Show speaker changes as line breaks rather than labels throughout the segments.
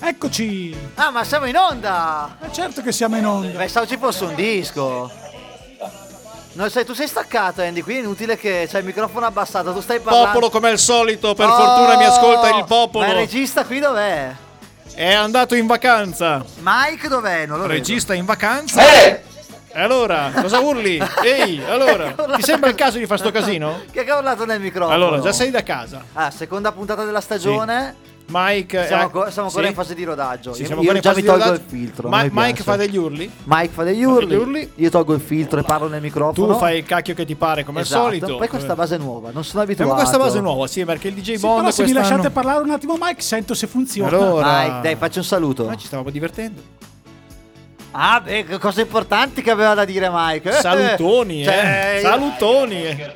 Eccoci!
Ah, ma siamo in onda!
Ma certo che siamo in onda!
Pensavo ci fosse un disco. No, sai, tu sei staccato, Andy, quindi è inutile che c'è il microfono abbassato, tu stai parlando.
Popolo come al solito, per fortuna mi ascolta
Oh,
il popolo.
Ma il regista qui dov'è?
È andato in vacanza.
Mike dov'è? Non lo vedo.
Regista in vacanza?
Eh!
E allora, cosa urli? Ehi, allora,
Che urlato-
ti sembra il caso di fare sto casino?
Che ha urlato nel microfono?
Allora, già sei da casa.
Ah, seconda puntata della stagione.
Mike...
Siamo,
eh,
ancora- siamo ancora
sì?
in fase di rodaggio.
Sì,
Io-
siamo
io
ancora in
già mi
fase di
tolgo il
rodaggio.
filtro.
Ma-
non mi
Mike
piace.
fa degli urli?
Mike fa degli
degli
urli.
urli.
Io tolgo il filtro e parlo nel
Tu
microfono.
fai il cacchio che ti pare, come
Esatto.
al solito.
Poi questa base è nuova, non sono
Eh,
abituato.
ma questa base è nuova, sì, perché il DJ
Sì,
Bond
però se mi
quest'anno-
lasciate parlare un attimo Mike sento se funziona.
Allora.
Mike, dai, facci un saluto.
Ma ci stavamo divertendo.
Ah, beh, che cose importanti che aveva da dire Mike. Eh,
Salutoni,
cioè,
eh. Salutoni. eh.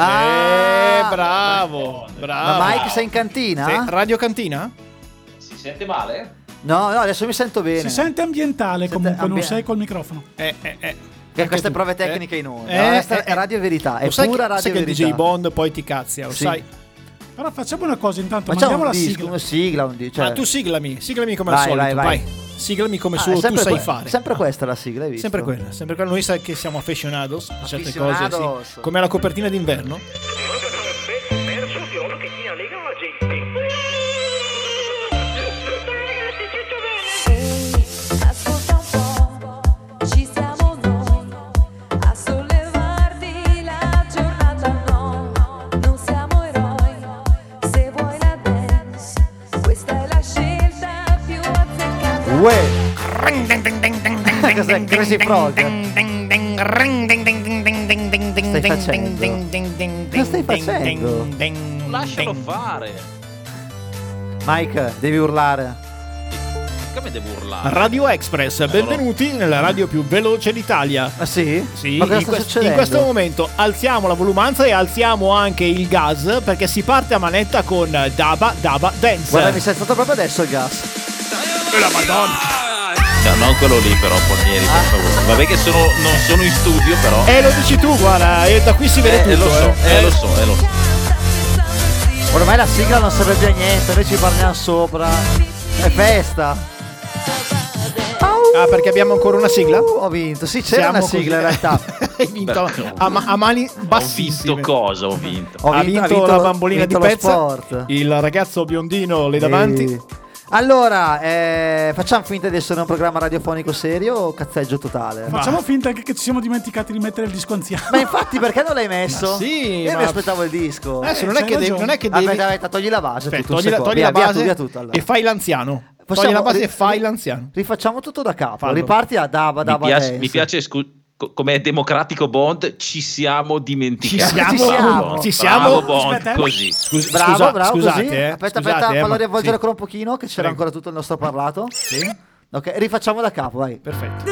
Ah,
Eh, bravo, bravo.
Ma Mike sei in cantina?
Sì, Radio Cantina?
Si sente male?
No, no, adesso mi sento bene.
Si sente ambientale
Sente
comunque, non
ambiente.
sei col microfono.
Eh, eh, eh.
Che
Anche
queste
tu.
prove tecniche in onda.
eh,
Questa è
eh.
radio verità, è
Lo sai
pura
che,
radio
sai che
verità.
il DJ Bond poi ti cazzia, lo
Sì.
sai.
Però facciamo una cosa intanto,
Facciamo
mandiamo
un
la
disco,
sigla.
una sigla, un di- cioè-
Ah, tu siglami, siglami come
Vai,
al solito,
vai,
vai.
vai.
Siglami come
Ah,
solo tu
sempre
sai
que-
fare.
Sempre
Ah,
questa la sigla, hai visto?
Sempre quella, sempre quella. Noi sai che siamo aficionados a certe cose,
Aficionados.
sì. come la copertina d'inverno.
Ascolta un po', ci siamo noi a sollevarti la giornata. No, non siamo eroi. Se vuoi la dance, questa è la scelta più azzeccata.
Uè, cos'è? Crazy Frog? Stai facendo? Cosa stai facendo?
Lascialo fare.
Mike, devi urlare.
Come devo urlare?
Radio Express, benvenuti nella radio più veloce d'Italia.
Ah sì?
Sì,
Ma cosa
in,
sta
quest-
succedendo?
in questo momento alziamo la volumanza e alziamo anche il gas perché si parte a manetta con Daba Daba Dance.
Guarda, mi sei stato proprio adesso il gas.
No, Cioè, non quello lì però, Polnieri, per favore. Vabbè che sono, non sono in studio però.
Eh,
E Eh, lo dici tu, guarda, e da qui si vede tutto.
Eh, lo so,
eh.
eh, lo so, eh, lo so.
eh. Ormai la sigla non serve più a niente, noi ci parliamo sopra. È festa.
Ah, perché abbiamo ancora una sigla?
Uh, ho vinto. Sì, c'era
Siamo
una sigla in
così-
realtà.
Hai vinto
Beh,
a, ma- a mani
Ho vinto
bassissime.
cosa? Ho vinto.
Ho
ha
vinto,
vinto,
ha vinto
la
lo-
bambolina
vinto
di
lo
pezza.
sport.
Il ragazzo biondino lì davanti.
Sì. Allora, eh, facciamo finta di essere un programma radiofonico serio o cazzeggio totale?
Ma-
Facciamo finta anche che ci siamo dimenticati di mettere il disco anziano.
Eh, Ma infatti perché non l'hai messo?
Ma sì,
Io
ma-
mi aspettavo il disco.
Adesso non
c'hai
è, che devi,
ragione.
non è che devi.
Aspetta, aspetta, togli la base.
Aspetta,
tu, un
togli, la,
secondo.
togli la
Via, via
base
tu, via tutto, allora.
e fai l'anziano.
Possiamo-
togli la base
ri-
e fai
ri-
l'anziano.
Rifacciamo tutto da capo.
Fallo.
Riparti da Daba
Mi
Daba
piace,
Dance.
mi piace scu- co- come democratico Bond, ci siamo
Ci
dimenticati.
siamo,
Ci siamo.
Bond.
ci siamo.
Bravo Bond,
Aspetta, eh.
così.
Scusa-
Bravo,
scusa-
bravo.
scusate,
così.
eh,
Aspetta,
scusate,
aspetta,
eh,
fallo
ma-
riavvolgere
sì,
ancora un pochino che c'era
Prego.
ancora tutto il nostro parlato.
sì,
Ok, rifacciamo da capo, vai.
perfetto.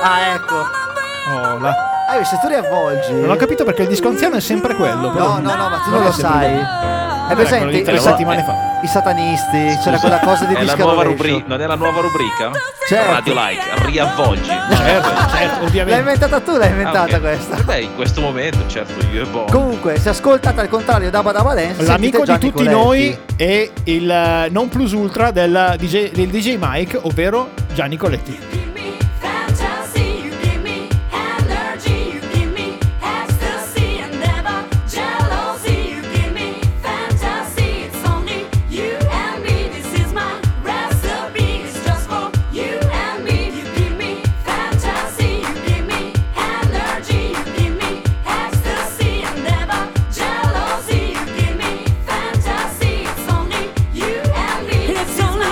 Ah, ecco.
Oh, la-
Ah, se tu riavvolgi...
Non ho capito perché il disco anziano è sempre quello.
No,
però-
no, no, ma tu non
Guarda
lo
se-
sai. È
Eccolo lì,
presente
tre
i,
settimane fa.
i satanisti, c'era quella cosa di
è la
disco
nuova
rovescio.
rubrica, non è la nuova rubrica?
Certo.
Radio Like, riavvolgi. Eh,
Certo, certo,
L'hai
ovviamente.
inventata tu, l'hai inventata
Ah, ok.
questa.
Eh Beh, in questo momento, certo, io e Bond.
Comunque, se ascoltate al contrario da Badaba Dance, sentite
L'amico di
Gianni
tutti
Coletti.
noi è il eh, non plus ultra del DJ, del DJ Mike, ovvero Gianni Coletti.
Give me fantasy, you give me energy, you give me ecstasy and never jealousy. You give me fantasy, it's only you and me. This is my recipe, it's just for you and me. You give me fantasy, you give me energy, you give me ecstasy and never jealousy. You give me fantasy, it's only you and me. It's only you and me.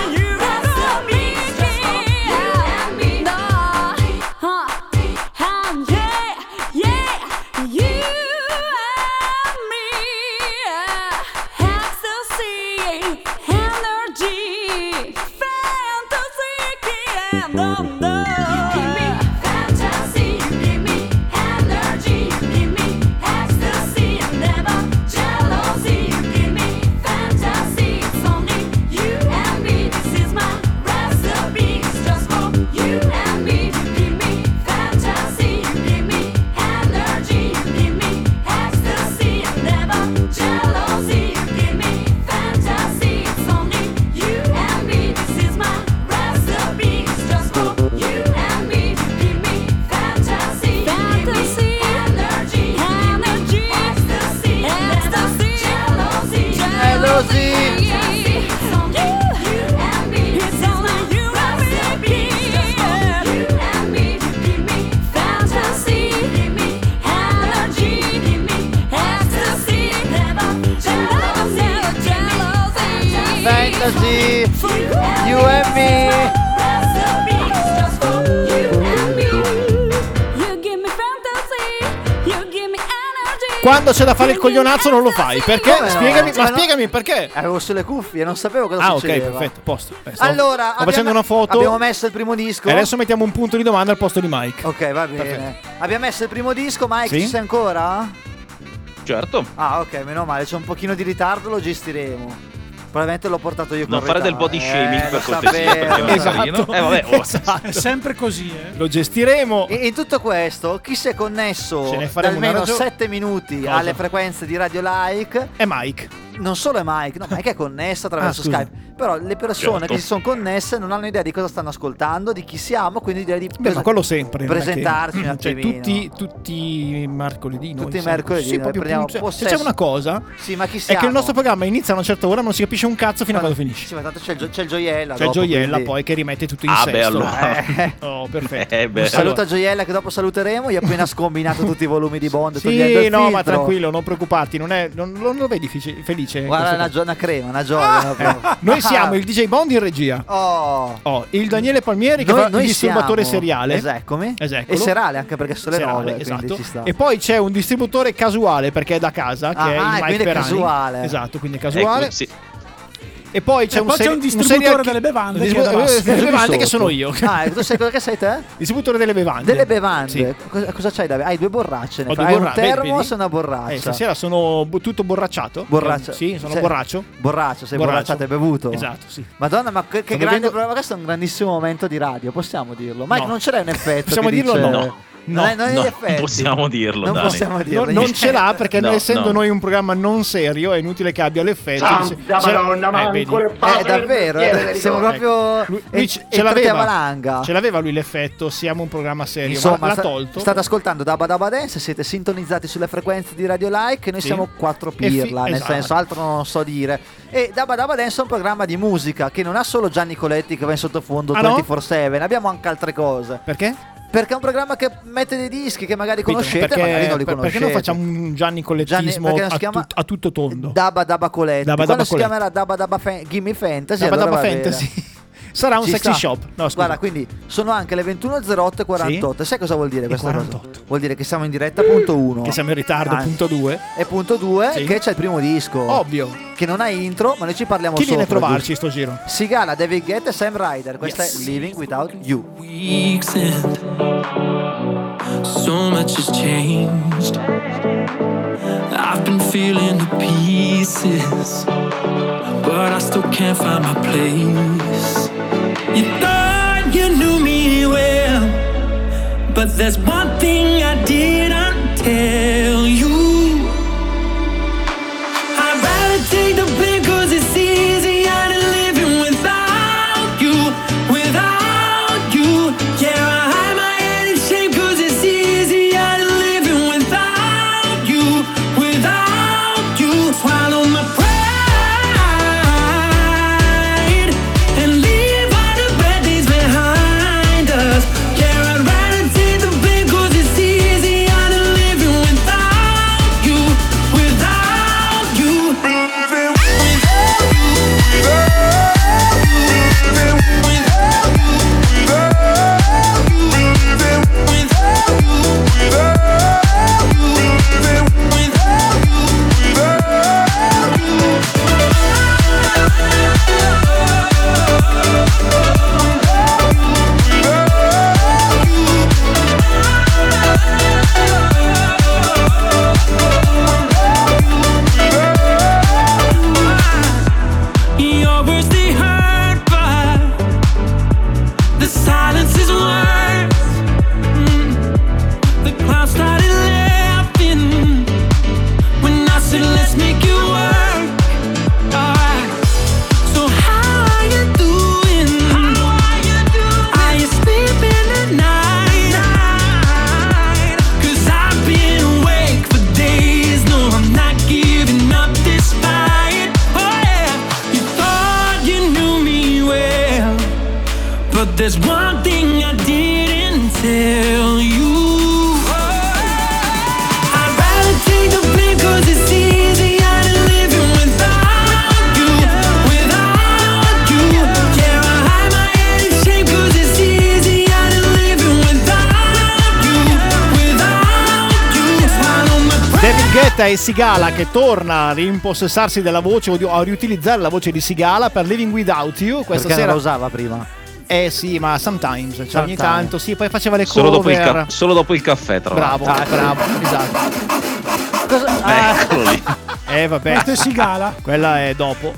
for you and
You
me.
and me.
Recipe is just for you and me. You give me fantasy, you give me energy.
Quando c'è da fare il coglionazzo non lo fai. Perché?
Come no?
Spiegami,
Cioè,
ma
no.
spiegami perché.
Avevo sulle cuffie, non sapevo cosa
Ah, ok,
succedeva.
perfetto, posto. Eh, sto-
Allora,
sto
abbiamo-
facendo una foto.
Abbiamo messo il primo disco.
E Eh, adesso mettiamo un punto di domanda al posto di Mike.
Ok, va bene.
Perfetto.
Abbiamo messo il primo disco, Mike,
Sì?
ci sei ancora?
Certo.
Ah, ok, meno male, c'è un pochino di ritardo, lo gestiremo. Probabilmente l'ho portato io con
Non fare del
ritardo.
body shaming
Eh,
per
lo
cortesia.
sapevo,
perché
lo
è un
sapevo.
carino. Eh, vabbè, oh,
È
Esatto.
sempre così, eh.
Lo gestiremo.
E in tutto questo, chi si è connesso
Ce ne
da
faremo una
almeno
ragione.
7 minuti
Cosa?
alle frequenze di Radio Like,
E Mike.
non solo è Mike, no, Mike è connesso attraverso
Ah, scusa.
Skype, però le persone
Certo.
che si sono connesse non hanno idea di cosa stanno ascoltando, di chi siamo, quindi direi di
Beh, ma
pres-
quello sempre. non è che-
presentarci un
Cioè,
attimino.
tutti, tutti i mercoledì. noi
Tutti i
siamo-
mercoledì,
Sì,
noi
proprio
prendiamo
puntuali. Se c'è
possesso.
una cosa,
Sì, ma chi
è
siamo?
che il nostro programma inizia a una certa ora, ma non si capisce un cazzo fino a quando
Sì,
finisce.
ma tanto c'è il, gio- c'è il Gioiella.
C'è
dopo,
Gioiella
quindi.
poi che rimette tutto in
Ah,
sesto.
beh, allora.
Eh.
Oh, perfetto.
Eh, beh.
Un saluto
Saluta Gioiella che dopo saluteremo. Gli ho appena scombinato tutti i volumi di Bond. togliendo
Sì,
il
no, ma
filtro.
tranquillo, non preoccuparti, non, è, non, non lo vedi fici- felice.
Guarda, una,
questo qua?
gio- una crema, una gioia. proprio.
Noi siamo il DJ Bond in regia.
Oh.
Oh, il Daniele Palmieri che fa il disturbatore
siamo-
seriale.
Eseccomi.
Eseccolo.
E serale anche perché sono le
Serale,
9,
esatto.
quindi ci sta.
E poi c'è un distributore casuale perché è da casa, che
Ah,
è il
ah,
Mike
quindi è
Ferrani.
casuale.
Esatto, quindi è casuale.
Ecco, sì.
E poi c'è
E
un,
Eh, poi c'è
seri- serial
un distributore
chi-
delle bevande
un
che è
distribu-
da basso.
eh, delle
Di
bevande che
sotto.
sono io. Eh,
Ah, e tu sei quello che sei te?
Distributore delle bevande.
Delle bevande.
Sì. Ho
Cosa, cosa c'hai da Hai due borracce. Ne
due
fai? Hai
borra-
un termos
vedi?
e una
Eh,
borraccia.
stasera sono bu- tutto borracciato.
Borraccia.
Eh, Sì, sono
Sì.
borraccio.
Borraccio, sei
Borraccio.
borracciato, hai bevuto.
Esatto, sì.
Madonna, ma che, che
Sto
grande
bevendo-
problema. Questo è un grandissimo momento di radio, possiamo dirlo. Mike,
No.
non ce l'hai un effetto.
Possiamo
che
dirlo o
dice-
no? No,
non, è, non è
no,
gli effetti.
non possiamo dirlo,
Non
Dani.
possiamo dirlo.
No, non ce l'ha perché
No,
noi, essendo
no.
noi un programma non serio è inutile che abbia l'effetto.
Santa
Se- se-
Madonna,
eh,
ma
vedi? Ecco.
ancora il
Eh,
padre
davvero,
del
eh,
piede,
siamo
ricordo.
proprio
Lui,
e-
lui ce,
e
ce l'aveva,
valanga.
ce l'aveva lui l'effetto, siamo un programma serio, ma
Insomma,
l'ha
sta-
tolto.
state ascoltando Dabba Dabba Dance, siete sintonizzati sulle frequenze di Radio Like, noi
Sì.
siamo quattro
E fi-
pirla, nel
esatto.
senso altro non lo so dire. E Dabba Dabba Dance è un programma di musica che non ha solo Gianni Coletti che va in sottofondo
Ah, no?
24/7, abbiamo anche altre cose.
Perché?
Perché è un programma che mette dei dischi che magari
Capito?
conoscete,
perché,
magari non li
per-
conoscete.
perché non facciamo un Gianni Collettismo
perché non si
a,
chiama- Eh,
tut- a tutto tondo?
Dabba Dabba Coletti.
Dabba
Quando
Dabba
si
Coletti.
chiamerà Dabba Dabba Fan- Gimme Fantasy,
Dabba
allora
Dabba
va bene.
Fantasy. Sarà un
Ci
sexy
sta.
shop. No, scusa.
Guarda, quindi sono anche le 21.08 e 48. Sai cosa vuol dire questa
48?
cosa? Vuol dire che siamo in diretta punto 1.
che siamo in ritardo, punto 2.
E punto 2
Sì.
che c'è il primo disco.
Ovvio.
Che non ha intro, ma noi ci parliamo
Chi
sopra.
viene a trovarci
giusto?
sto giro?
Sigala, David Guetta e Sam Ryder. Questa è Living Without You.
weeks in so much has changed i've been feeling the pieces but i still can't find my place you thought you knew me well but there's one thing i didn't tell you I'd rather take the blame 'cause it's easier than living without you, without you. Yeah, I hide my head in shame 'cause it's easier than living without you, without you. Swallow my pride and leave all the bad days behind us. Yeah, I'd rather take the blame 'cause it's easier than living without. Mm.
David Guetta e Sigala che torna a rimpossessarsi della voce o di- a riutilizzare la voce di Sigala per Living Without You
Perché
questa
non
sera.
la usava prima?
eh sì, ma sometimes, cioè ogni
Sometimes.
tanto, sì, poi faceva le
Solo dopo, il
cover.
ca- solo dopo il caffè, tra l'altro.
Bravo, bravo, esatto.
Ah, ecco. Cosa- ah,
Beh, eccolo ecco lì.
Eh vabbè,
Questo è Sigala.
quella è dopo.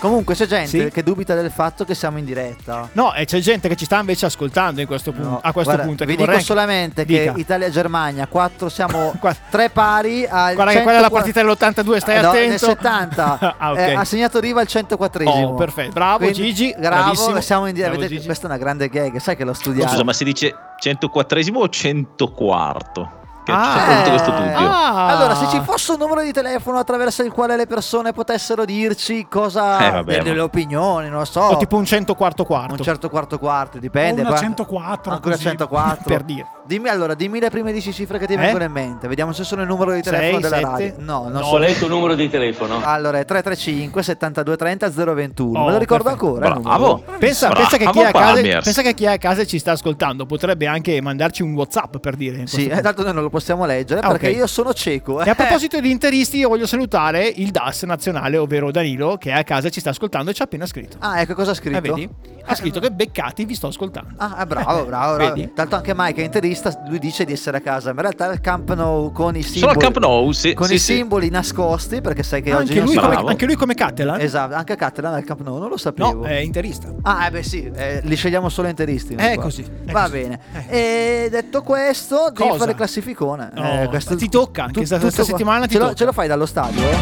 comunque c'è gente
Sì?
che dubita del fatto che siamo in diretta.
No, e c'è gente che ci sta invece ascoltando in questo pun-
No,
a questo
guarda,
punto. e
vi
che
dico
vorrei anche-
solamente
Dica.
che Italia-Germania 4 siamo
Qua-
3 pari al
Guarda che quella è la
104
partita dell'82, stai
no,
attento.
nel 70
ah, ok.
Eh, ha segnato Riva al 104
Oh, perfetto. Bravo, Gigi, bravissimo.
bravo siamo in
Bravo,
diretta
Gigi.
questa è una grande gag sai che l'ho studiato
Scusa, ma si dice 104esimo o 104? Che
Ah.
c'è tutto questo
Eh,
dubbio.
Ah.
Allora, se ci fosse un numero di telefono attraverso il quale le persone potessero dirci cosa
Eh, vabbè,
delle,
ma-
delle opinioni, non lo so,
o tipo un 104 quarto.
un certo quarto quarto,
O
dipende.
una
qua-
104.
Ancora
così.
104
Per dire.
Dimmi allora, dimmi le prime 10 cifre che ti
Eh?
vengono in mente. Vediamo se sono il numero di telefono
Sei,
della
sette?
radio. No, non
Ho
so. Ah,
letto il numero di telefono.
Allora, è 335 72 30 021.
Oh,
Me lo ricordo
perfetto.
ancora. il
Bravo.
numero.
Pensa,
Bravo,
pensa che chi è a casa,
Palmiers.
pensa che chi è a casa e ci sta ascoltando potrebbe anche mandarci un WhatsApp per dire. in
Sì,
questo
eh,
punto.
tanto noi non lo possiamo leggere
Ah,
perché
ok.
io sono cieco. eh.
E a proposito di interisti, io voglio salutare il DAS nazionale, ovvero Danilo, che è a casa e ci sta ascoltando e ci ha appena scritto.
Ah, ecco cosa ha
Eh,
scritto.
vedi? Ha scritto che beccati, vi sto ascoltando.
Ah, eh, bravo, bravo, bravo.
Vedi?
Tanto anche Mike è interista, lui dice di essere a casa, ma in realtà è al Camp Nou con i
Sono
simboli,
al Camp Nou, sì,
con
sì,
i
sì.
simboli nascosti, perché sai che oggi
Anche
non
lui,
si-
come,
Bravo.
anche lui come Catalan?
Esatto, anche a Catalan al Camp Nou, non lo sapevo.
No, è interista.
Ah, eh beh sì, eh, li scegliamo solo interisti. noi
Eh,
qua.
così, è
Va
così.
bene. E detto questo, devi
Cosa?
fare il classificone. Eh,
No, ma ti tocca, anche questa-
tutto
questa
qua.
settimana ti
ce Lo,
tocca.
ce lo fai dallo stadio, eh?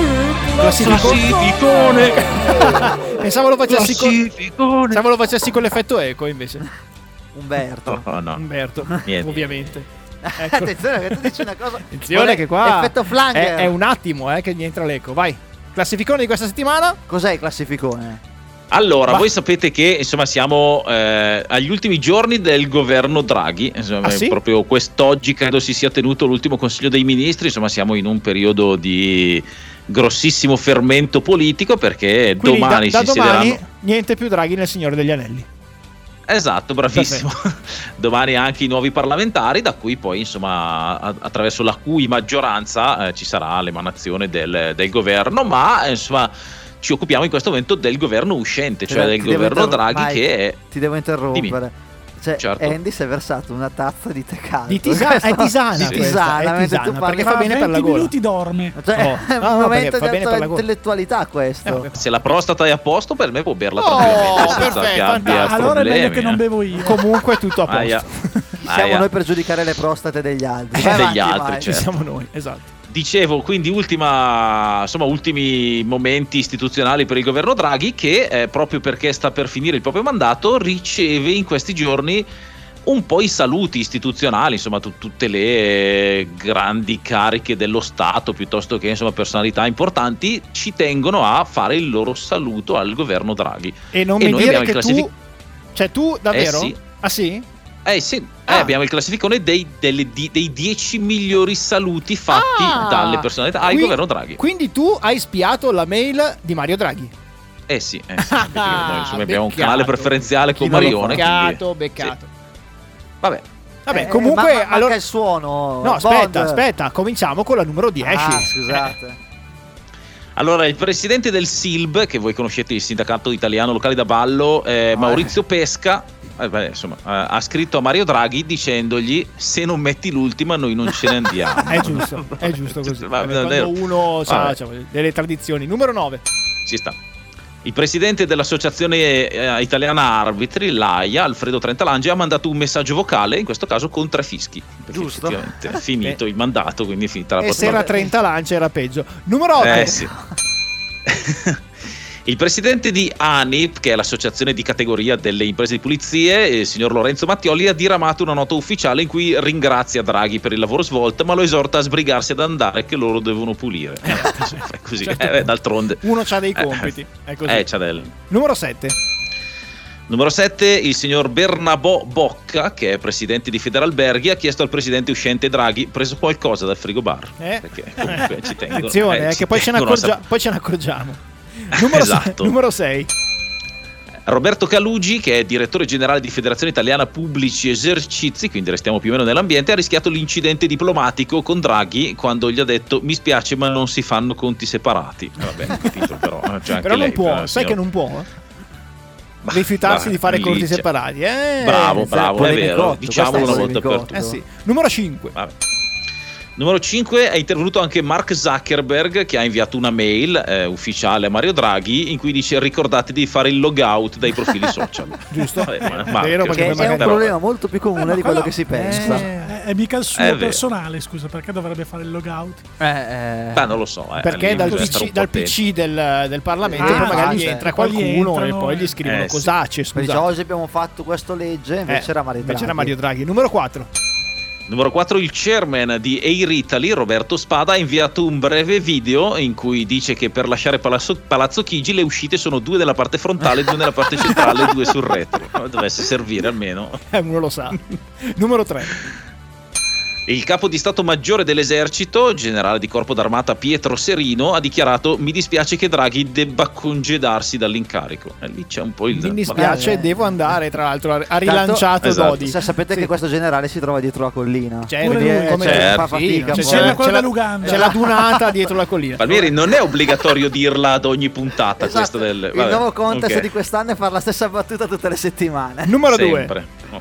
Mm.
Classificone. Pensavo lo facessi con...
Classificone.
Pensavo lo facessi con l'effetto eco invece.
Umberto.
Oh, no.
Umberto,
Niente.
ovviamente. Ecco.
Attenzione, che tu dici una cosa.
Attenzione che qua
Effetto
è,
flanger.
è un attimo eh, che gli entra l'eco. Vai. Classificone di questa settimana.
Cos'è il classificone?
Allora, voi sapete che insomma siamo eh, agli ultimi giorni del governo Draghi, insomma,
Ah, sì?
proprio quest'oggi credo si sia tenuto l'ultimo Consiglio dei Ministri, insomma siamo in un periodo di grossissimo fermento politico perché
Quindi da-
domani
da,
si
domani
siederanno...
niente più Draghi nel Signore degli Anelli.
Esatto, bravissimo. domani anche i nuovi parlamentari, da cui poi insomma a- attraverso la cui maggioranza eh, ci sarà l'emanazione del, del governo, ma eh, insomma ci occupiamo in questo momento del governo uscente, cioè
Ti
Esatto,
del
devo
governo
interrom-
Draghi
Mike,
che è...
Ti devo interrompere. Cioè,
Certo.
Andy si è versato una tazza di tè caldo.
Di tisana,
Questo-
è tisana
Di
questa,
tisana,
è
mentre
tisana,
tu parli.
perché
Fra
fa bene per
20
la gola.
minuti dorme.
Cioè,
Oh.
è un
No, no, perché
momento
fa
di
bene per la
alta
gola. Eh,
intellettualità questo.
Se la prostata è a posto, per me può berla
Oh,
tranquillamente senza
perfetto,
che abbia
fantastico.
Allora è meglio
problemi,
che non
eh.
bevo io.
Comunque tutto a posto.
Aia.
Siamo
Aia.
noi per giudicare le prostate degli altri.
Eh,
Vai
degli
avanti,
altri,
vai.
Ci
certo.
siamo noi, esatto.
Dicevo, quindi ultima, insomma, ultimi momenti istituzionali per il governo Draghi che, eh, proprio perché sta per finire il proprio mandato, riceve in questi giorni un po' i saluti istituzionali, insomma tu- tutte le eh, grandi cariche dello Stato piuttosto che insomma, personalità importanti ci tengono a fare il loro saluto al governo Draghi.
E non
E
mi
noi
dire
abbiamo
che
il classific-
tu... Cioè tu davvero?
Eh, sì.
Ah sì?
Eh sì, eh,
Ah.
abbiamo il classificone dei, delle- di- dei 10 migliori saluti fatti
Ah.
dalle personalità al
Qui-
governo Draghi.
Quindi tu hai spiato la mail di Mario Draghi.
Eh sì, eh sì, sapete che
Ah,
noi, insomma, abbiamo un
Beccato.
canale preferenziale con
Chi non l'ha
Marione.
Beccato,
quindi-
beccato.
sì. Vabbè,
Vabbè,
Eh, ma-
comunque...
ma- manca
allora...
il suono.
No, aspetta,
Bod.
aspetta, cominciamo con la numero Eh, 10.
Ah,
esatto.
scusate.
allora il presidente del SILB, che voi conoscete, il sindacato italiano locale da ballo, eh,
Ah,
Maurizio Pesca, eh, beh, insomma, eh, ha scritto a Mario Draghi dicendogli se non metti l'ultima noi non ce ne andiamo.
È giusto, è giusto così.
Va-
Vabbè,
davvero.
Quando uno sa
Vabbè.
cioè, delle tradizioni. Numero 9.
Ci sta. Il presidente dell'associazione eh, italiana arbitri, l'AIA, Alfredo Trentalange, ha mandato un messaggio vocale, in questo caso con tre fischi. Perché
Giusto.
effettivamente è finito il mandato, quindi è finita la
e Eh, se
prossima
era 30 lance era peggio. Numero 8.
Eh sì. Il presidente di ANIP, che è l'associazione di categoria delle imprese di pulizie, il signor Lorenzo Mattioli, ha diramato una nota ufficiale in cui ringrazia Draghi per il lavoro svolto, ma lo esorta a sbrigarsi ad andare che loro devono pulire. Eh, fai così,
Certo.
Eh, beh, d'altronde.
Uno ha dei
Eh,
compiti. È così.
Eh, c'ha del-
Numero 7.
Numero 7, il signor Bernabò Bocca, che è presidente di Federalberghi, ha chiesto al presidente uscente Draghi, preso qualcosa dal frigobar.
Eh.
Perché comunque ci tengono.
Attenzione, eh,
ci
che poi ce, ne
tengono a sap-
accorgia- poi ce ne accorgiamo. Numero,
Esatto.
6.
Roberto Calugi, che è direttore generale di Federazione Italiana Pubblici Esercizi, quindi restiamo più o meno nell'ambiente, ha rischiato l'incidente diplomatico con Draghi quando gli ha detto mi spiace ma non si fanno conti separati. Va bene, capito però. eh, c'è anche
Però non
lei,
può,
eh,
sai
signor-
che non può?
Bah,
Rifiutarsi
bah,
di fare
lì
corti
c'è.
separati, eh?
Bravo, bravo, è
polemicotto,
vero, diciamolo una
questo è
volta per
polemicotto.
tutte.
Eh sì. Numero 5.
Vabbè. Numero 5 è intervenuto anche Mark Zuckerberg che ha inviato una mail eh, ufficiale a Mario Draghi in cui dice ricordate di fare il logout dai profili social.
Giusto.
Vabbè, Eh, ma- cioè,
Vero,
Mark,
perché
scusa,
Che
poi
è un
magari-
però-
problema molto più comune
Eh, ma
di quello
quello-
che si pensa.
eh,
Scusa, è, è mica il suo
Eh, È vero.
personale, scusa, perché dovrebbe fare il logout?
Eh, eh.
Ah, non lo so. eh,
Perché
lì
dal
bisogna stare
PC,
un po'
dal
attenti.
PC del, del Parlamento
Ah,
poi magari gli
sì.
entra
Poi gli
qualcuno e
entrano,
poi gli
eh.
scrivono
Eh, sì.
cosacce,
Quindi dice, "Oh,
scusate.
oggi abbiamo fatto questo legge, invece
Eh,
era Mario
invece era
Draghi.
Mario Draghi. Numero 4.
Numero 4 il chairman di Air Italy Roberto Spada ha inviato un breve video in cui dice che per lasciare Palazzo, Palazzo Chigi le uscite sono due nella parte frontale, due nella parte centrale e due sul retro. Dovesse servire almeno.
eh, uno lo sa. Numero 3.
Il capo di Stato Maggiore dell'Esercito, generale di Corpo d'Armata Pietro Serino, ha dichiarato mi dispiace che Draghi debba congedarsi dall'incarico. E lì c'è un po' il...
Mi dispiace,
eh.
devo andare. Tra l'altro, ha- ha
Tanto-
rilanciato
Esatto.
Dodi.
Cioè, sapete
Sì.
che questo generale si trova dietro la collina.
Cioè,
Pure
Quindi,
lui,
eh,
come-
certo.
fa
Sì,
fatica.
c'è-
un po'.
C'è la-
c'è
quella d'Uganda.
c'è la dunata dietro la collina.
Palmieri, non è obbligatorio dirla ad ogni puntata
Esatto.
questo del...
Il
vabbè,
nuovo contest
ok.
di quest'anno è fare la stessa battuta tutte le settimane.
Numero 2.
Sempre. No.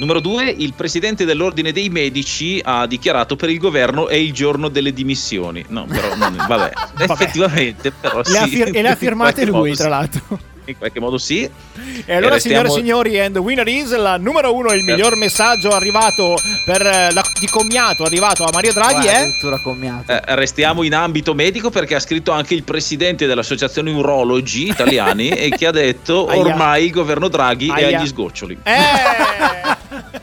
Numero due, il presidente dell'ordine dei medici ha dichiarato per il governo è il giorno delle dimissioni. No, però non, vabbè,
Vabbè.
effettivamente però sì.
e le ha
In
firmate
qualche
lui,
modo
tra
sì.
l'altro.
In qualche modo sì.
E allora,
E restiamo-
signore e signori, and the winner is la numero uno.
Certo.
Il miglior messaggio arrivato per eh, la, di commiato arrivato a Mario Draghi
Guarda,
è.
addirittura commiato.
Eh, restiamo in ambito medico perché ha scritto anche il presidente dell'associazione urologi italiani e che ha detto
Aia.
ormai il governo Draghi è
Aia.
agli sgoccioli.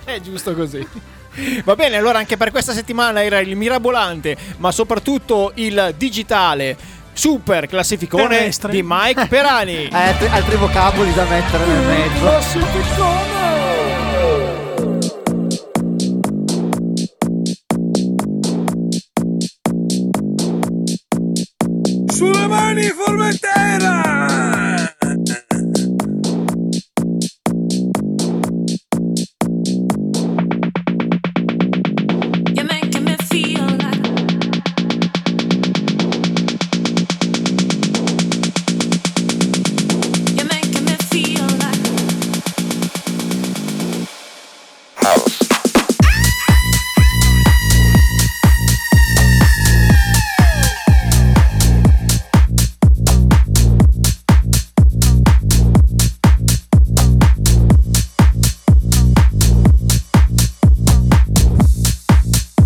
Eh, è giusto così. Va bene, allora anche per questa settimana era il mirabolante, ma soprattutto il digitale super classificone
Terrestre.
di Mike Perani.
Eh, altri, altri vocaboli da mettere nel mezzo.
sulle mani Formentera!
You're making me feel like You're making me feel like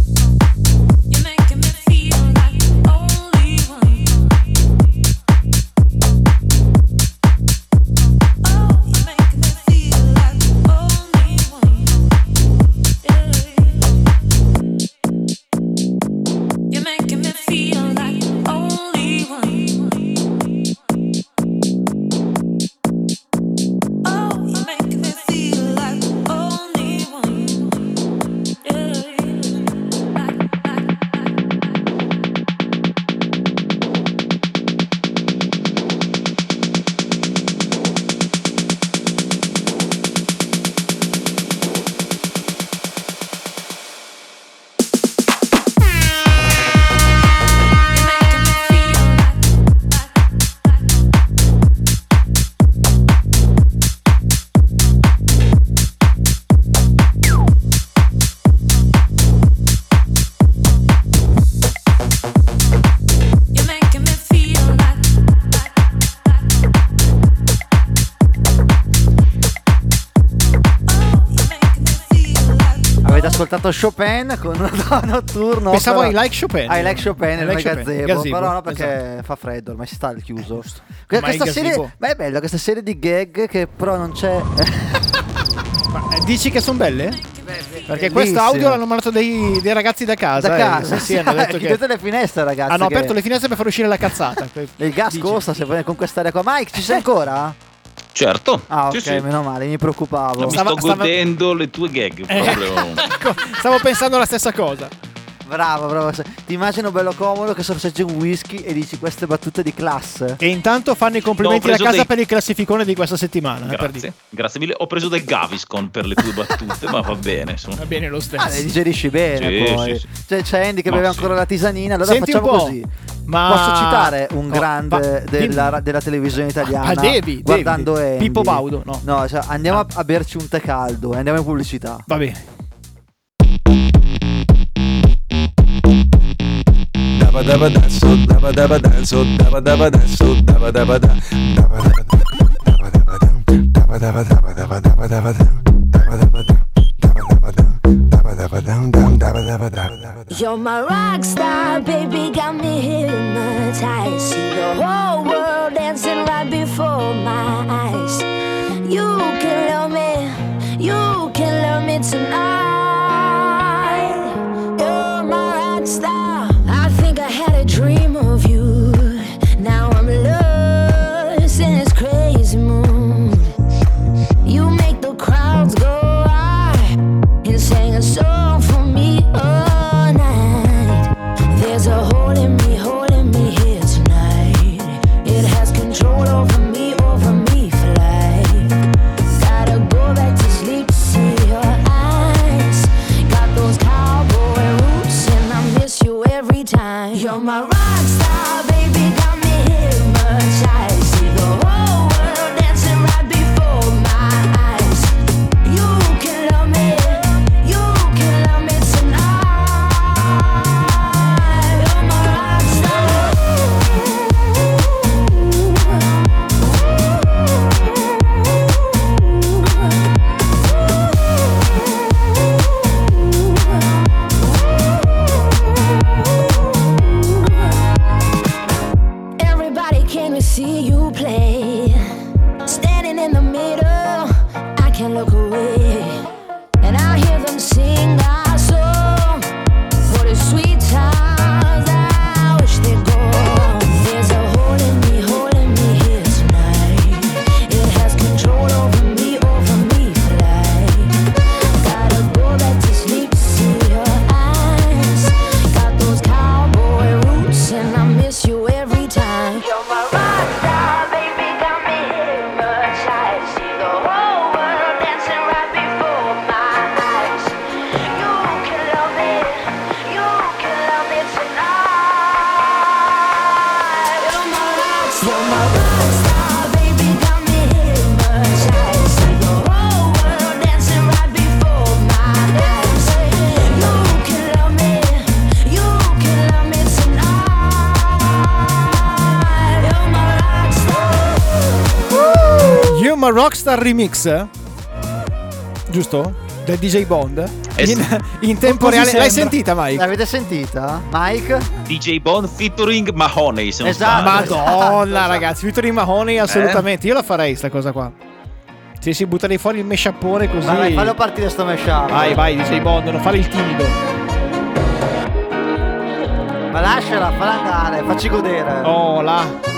You're making me feel like only one. Oh, you're making me feel like only one. You're making me feel like only one. Oh, you're making me feel like only one. You're making me feel like Oh, you're making me feel like
Avete ascoltato Chopin con un notturno.
Pensavo
però-
ai like Chopin.
I like Chopin
I
e
like
like
Chopin.
gazebo,
Gazebo,
Però no, perché
esatto.
fa freddo, ormai si sta al chiuso.
Ma
Que-
il
questa
gazebo?
serie, ma è bella questa serie di gag che però non c'è.
Ma, eh, dici che sono belle? Perché
Bellissime.
questo audio l'hanno mandato dei, dei ragazzi da casa.
da
eh.
casa. Ah,
Sì, sì, hanno detto che-
Chiudete le finestre, ragazzi.
hanno
che-
aperto le finestre per far uscire la cazzata.
Il gas
Dici.
costa se vuoi conquistare qua. Mike, ci sei ancora?
Certo.
Ah, ok,
Sì, sì.
meno male, mi
Mi
preoccupavo.
Stava- Eh.
sto
stava-
godendo le tue gag proprio.
Ecco, Stavo pensando la stessa cosa.
Bravo, bravo. Ti immagino bello comodo che sorseggi un whisky e dici queste battute di classe.
E intanto fanno i complimenti
No, ho preso
da casa
dei-
per il classificone di questa settimana. eh, per dire.
Grazie, grazie mille. Ho preso del Gaviscon per le tue battute, ma va bene. Insomma.
Va bene lo stesso.
Ah, le digerisci bene
Sì, sì,
poi.
sì.
Cioè, c'è Andy che
Ma
beve
sì.
ancora la tisanina, allora
Senti un
facciamo
po',
così.
ma-
Posso citare un
Oh,
grande
va-
della, della televisione italiana?
Ah, devi,
guardando
devi.
Andy.
Pippo Baudo, no. Ah.
cioè, andiamo a- a berci un tè caldo e andiamo in pubblicità.
Va bene.
dabba dabba da so dabba dabba da so dabba dabba da so dabba dabba da dabba dabba dabba dabba dabba dabba dabba dabba dabba dabba dabba da dabba dabba dabba down down dabba dabba da
You're my rock star, baby, got me hypnotized. See the whole world dancing right before my eyes. You can love me, you can love me tonight. You're my rock star. I think I had a dream of you. Now I'm lost in this crazy mood. You make the crowds go wild and sang a song for me all night. There's a hole in me, holding me here tonight. It has control over me, over me for life. Gotta go back to sleep to see your eyes. Got those cowboy roots, and I miss you every time. You're my rock star, baby, got me hypnotized. See the whole world dancing right before my eyes. You can love me, you can love me tonight. You're my rock Everybody came to see you play. Standing in the middle, I can't look away. And I hear them sing our song. What a sweet times I wish they'd go. There's a hole in me, holding me here tonight. It has control over me, over me for life. Gotta go back to sleep to see your eyes. Got those cowboy roots, and I miss you every time. You're my rock star, baby, got me hypnotized. See the whole world dancing right before my eyes. You can love me, you can love me tonight. You're my rock star, you're my rock star, baby, got me hypnotized. See the whole world dancing right before my eyes. You can love me, you can love me tonight. You're my rock star.
You My Rockstar Remix. eh? Giusto? Del DJ Bond.
Eh sì.
In, in tempo
Così
reale. L'hai
sembra.
sentita, Mike?
L'avete sentita? Mike?
DJ Bond featuring Mahoney. Se non
Esatto.
sbaglio.
Madonna, ragazzi. Vittorio Mahoney, assolutamente. Io la farei sta cosa qua. Se si butta lì fuori il meshappone così.
Vai, vai, fallo partire sto mashup.
Vai, vai, DJ Bond, non fare il timido.
Ma lasciala, falla andare, facci godere.
Oh, là.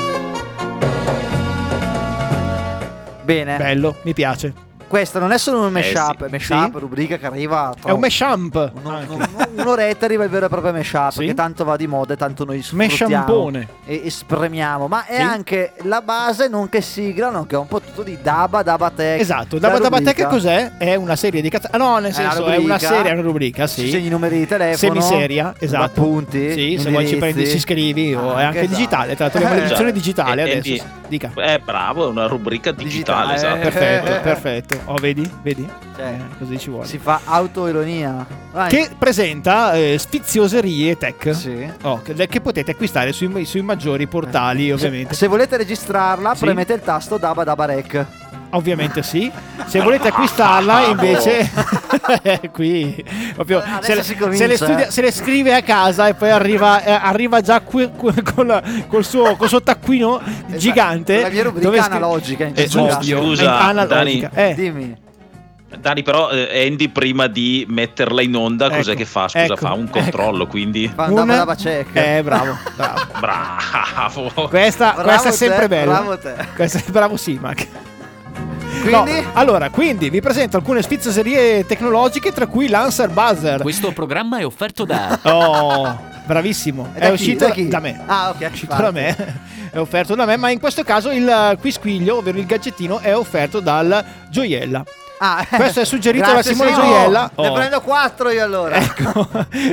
Bene.
Bello, mi piace.
Questo non è solo un mashup,
sì.
è mashup,
Sì.
rubrica che arriva tra
È un mashup.
un- un- un'oretta arriva il vero e proprio mashup
Sì.
che tanto va di moda e tanto noi sfruttiamo
Mashampone.
e, e spremiamo ma è
Sì.
anche la base nonché sigla nonché un po' tutto di Daba Daba Tech
Esatto,
La
Dabba Dabba
rubrica.
Tech cos'è? È una serie di cazzate. Ah, no, nel
È una
senso, è una
rubrica.
serie, è una rubrica,
Ci segni i
sì.
numeri di telefono
Semiseria, esatto.
appunti
Sì, se vuoi ci
indirizzi.
prendi, ci scrivi, o è anche
esatto.
digitale. Tra l'altro, abbiamo
Eh,
l'edizione
già.
digitale
Eh,
adesso.
eh,
sì. Dica.
Eh, bravo, è una rubrica digitale.
Digitale,
esatto.
eh.
Perfetto, perfetto. Oh, vedi? Vedi?
Cioè,
Eh, così ci vuole.
si fa autoironia Vai.
Che presenta eh, sfizioserie tech.
Sì.
Oh, che, che potete acquistare sui, sui maggiori portali, ovviamente.
Eh. se volete registrarla
Sì.
premete il tasto Daba Daba Rec
Ovviamente sì. Se volete acquistarla, invece, eh, qui proprio
Adesso
se, le-
si comincia,
se le studia-
eh.
se le scrive a casa e poi arriva, eh, arriva già qui- qui- col, col suo, col suo taccuino gigante.
Esatto. la mia rubrica
dove scri-
analogica in
Eh,
generale.
ovvio,
oh, Scusa,
è analogica. Eh,
dimmi
Dani, però, eh, Andy, prima di metterla in onda,
Ecco,
cos'è che fa? Scusa,
ecco,
fa un controllo, quindi.
fa un
una-
Daba Daba Check
Eh, bravo, bravo.
Bravo.
Questa,
Bravo
questa
te,
è sempre bella.
bravo te.
Questa- bravo sì, Mac.
Quindi?
No, Allora, quindi vi presento alcune sfizzaserie tecnologiche, tra cui Lancer Buzzer.
Questo programma è offerto da
Oh, bravissimo.
E
È
da chi?
uscito
Da chi?
me.
Ah, ok.
È uscito da me. È offerto da me, ma in questo caso il eh, quisquiglio, ovvero il gadgettino, è offerto dal Gioiella.
Ah,
Questo è suggerito
grazie,
da Simone
signor.
Gioiella.
Ne
Oh.
prendo quattro io allora.
Ecco,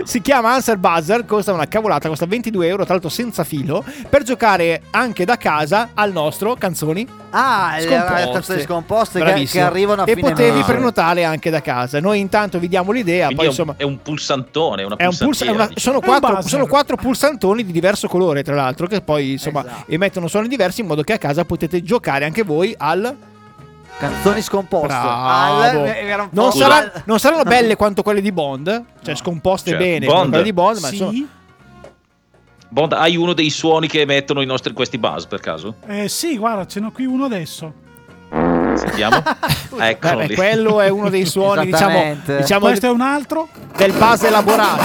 si chiama Answer Buzzer, costa una cavolata, costa 22 euro, tra l'altro senza filo, per giocare anche da casa al nostro canzoni
Ah, le
scomposte.
canzoni scomposte che, che
Bravissimo.
arrivano a
E
fine
potevi
mese.
prenotare anche da casa. Noi intanto vi diamo l'idea,
Quindi
Ah, poi
è, un,
insomma...
è un pulsantone, una diciamo.
È un pulsa- è
pulsantiera,
una-
dici.
sono,
È un
quattro,
buzzer.
sono quattro pulsantoni di diverso colore, tra l'altro, che poi insomma
Esatto.
emettono suoni diversi in modo che a casa potete giocare anche voi al.
Canzoni scomposte.
Bravo.
Al- eh, era un po'
non,
po'
sarà-
al-
non saranno belle quanto quelle di Bond, cioè scomposte
Cioè,
bene
Bond.
come quelle di Bond, ma
Sì?
insomma. eh,
Bond, hai uno dei suoni che emettono i nostri questi buzz per caso?
Eh, sì, guarda, ce n'ho qui uno adesso.
Sentiamo. Eccolo
Vabbè,
lì.
quello è uno dei suoni, diciamo,
Esattamente.
diciamo
Questo è un altro.
del buzz elaborato.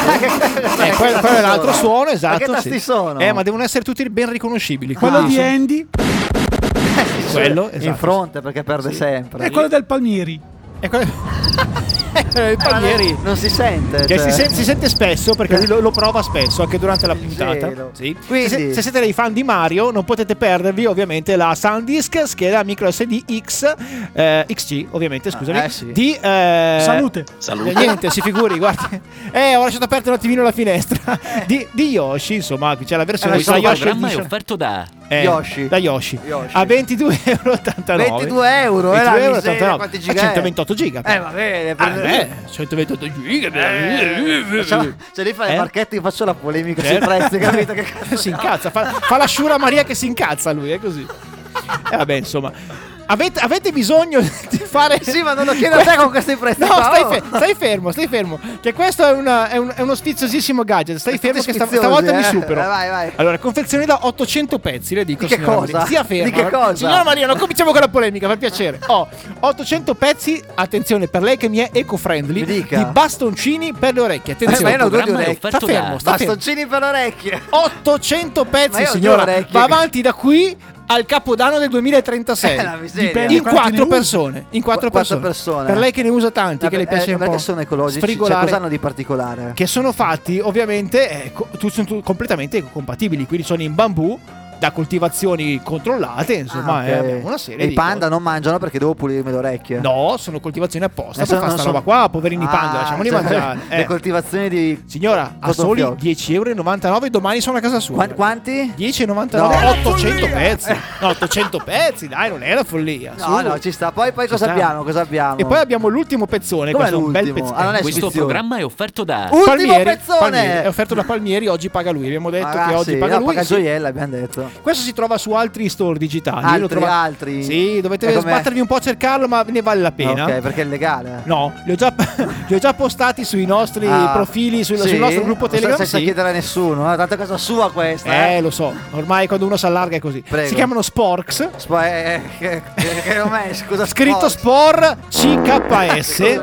eh, quello, quello è l'altro suono, esatto.
Ma che tasti
sì.
sono?
Eh, ma devono essere tutti ben riconoscibili.
Quello
quindi
di
sono-
Andy
quello,
in
esatto.
fronte perché perde sempre.
e quello del Palmieri.
E quello- Eh, i palmieri.
Non si sente.
Che
cioè.
si, sen- si sente spesso perché lui lo, lo prova spesso anche durante la puntata.
Zero.
Sì.
Quindi-
Se, se siete dei fan di Mario, non potete perdervi ovviamente la SanDisk, scheda micro SD X, eh, XG, ovviamente, scusami.
eh, sì.
Di eh,
Salute.
eh,
Saluti.
Niente, si figuri, guardi. Eh, ho lasciato aperta un attimino la finestra. Di, di Yoshi, insomma, qui c'è la versione
Eh,
di
questo
questo
Yoshi
programma è
Edition.
offerto da
Eh,
Yoshi.
Da Yoshi.
Yoshi.
A 22,89
22 euro, eh, la
22,89
miseria, quanti giga
A
è?
128 Ah, giga.
Eh, va bene.
Ah,
per-
beh, 128 giga. beh.
Facciamo- cioè lì fa le
Eh?
marchette io faccio la polemica sui
Certo.
prezzi, capito? Che cazzo
si
no?
incazza, fa, fa la sciura Maria che si incazza lui, è così. E vabbè, insomma. Avete, avete bisogno di fare...
Sì, ma non lo chiedo a te con questi prezzi.
No,
qua,
stai,
oh.
fe- stai fermo, stai fermo. Che questo è, una- è un- è uno sfiziosissimo gadget. Stai fermo che sta-
sfiziosi,
stavolta mi
eh.
supero.
Eh, vai, vai.
Allora, confezioni da 800 pezzi, le dico.
Di che
signora
cosa?
Maria. Stia fermo.
Di che cosa?
Signora Maria, non cominciamo con la polemica, per piacere. Ho 800 pezzi, attenzione, per lei che mi è eco-friendly,
Mi dica.
di bastoncini per le orecchie.
Eh, ma
Attenzione.
io ne ho due di
programma è
orecchie.
sta
offerto
fermo,
da
sta fermo.
Bastoncini per orecchie.
800
Ma
pezzi,
io ho due
signora.
orecchie.
Va avanti da qui al capodanno del 2036.
Eh, la miseria.
Dipende.
in
Quanti ne
quattro
usi?
persone, in quattro
Qu- quattro
persone.
persone.
Per lei che ne usa tanti,
Vabbè,
che le piace
eh,
un po'.
perché sono ecologici,
sfrigolare,
cioè, cosa hanno di particolare?
Che sono fatti ovviamente eh, co- tu- sono tu- completamente compatibili, quindi sono in bambù da coltivazioni controllate, insomma,
Ah,
eh,
ok.
abbiamo una serie
E
di
i panda non mangiano perché devo pulirmi le orecchie.
No, sono coltivazioni apposta
Eh,
per
sono-
fare sta
sono-
roba qua, poverini
Ah,
panda, lasciamoli
cioè,
mangiare.
Le
eh.
coltivazioni di
Signora, a soli
Cottonfiocchi.
10,99 euro domani sono a casa sua.
Quan- quanti?
10,99
No.
800 pezzi. No, 800 pezzi, dai, non è una follia.
No,
su.
no, ci sta. Poi, poi cosa
sta.
abbiamo? Cosa abbiamo?
E poi abbiamo l'ultimo pezzone,
Com'è
questo è un bel
l'ultimo?
pezzone.
Ah, non è
questo
Spedizione.
programma è offerto da
Ultimo
Palmieri,
pezzone!
Palmieri, è offerto da Palmieri, oggi paga lui. Abbiamo detto
Ah,
che oggi
sì, no,
paga lui.
paga
sì.
gioiella, abbiamo detto.
Questo si trova su altri store digitali. lo
Altri,
trova-
altri.
Sì, dovete
È come-
sbattervi un po' a cercarlo, ma ne vale la pena.
Ok, perché è legale.
No, li ho, già, li ho già postati sui nostri
Ah,
profili, sul,
sì?
sul nostro gruppo
Non so
Telegram.
Senza
sì.
chiedere a nessuno, eh, tanto è cosa sua questa.
Eh, lo so, ormai quando uno si allarga è così.
Prego.
Si chiamano Sporks.
Spo- eh, che, che, che nome è? Scusa,
Scritto
sporco.
Spor CKS.
Eh,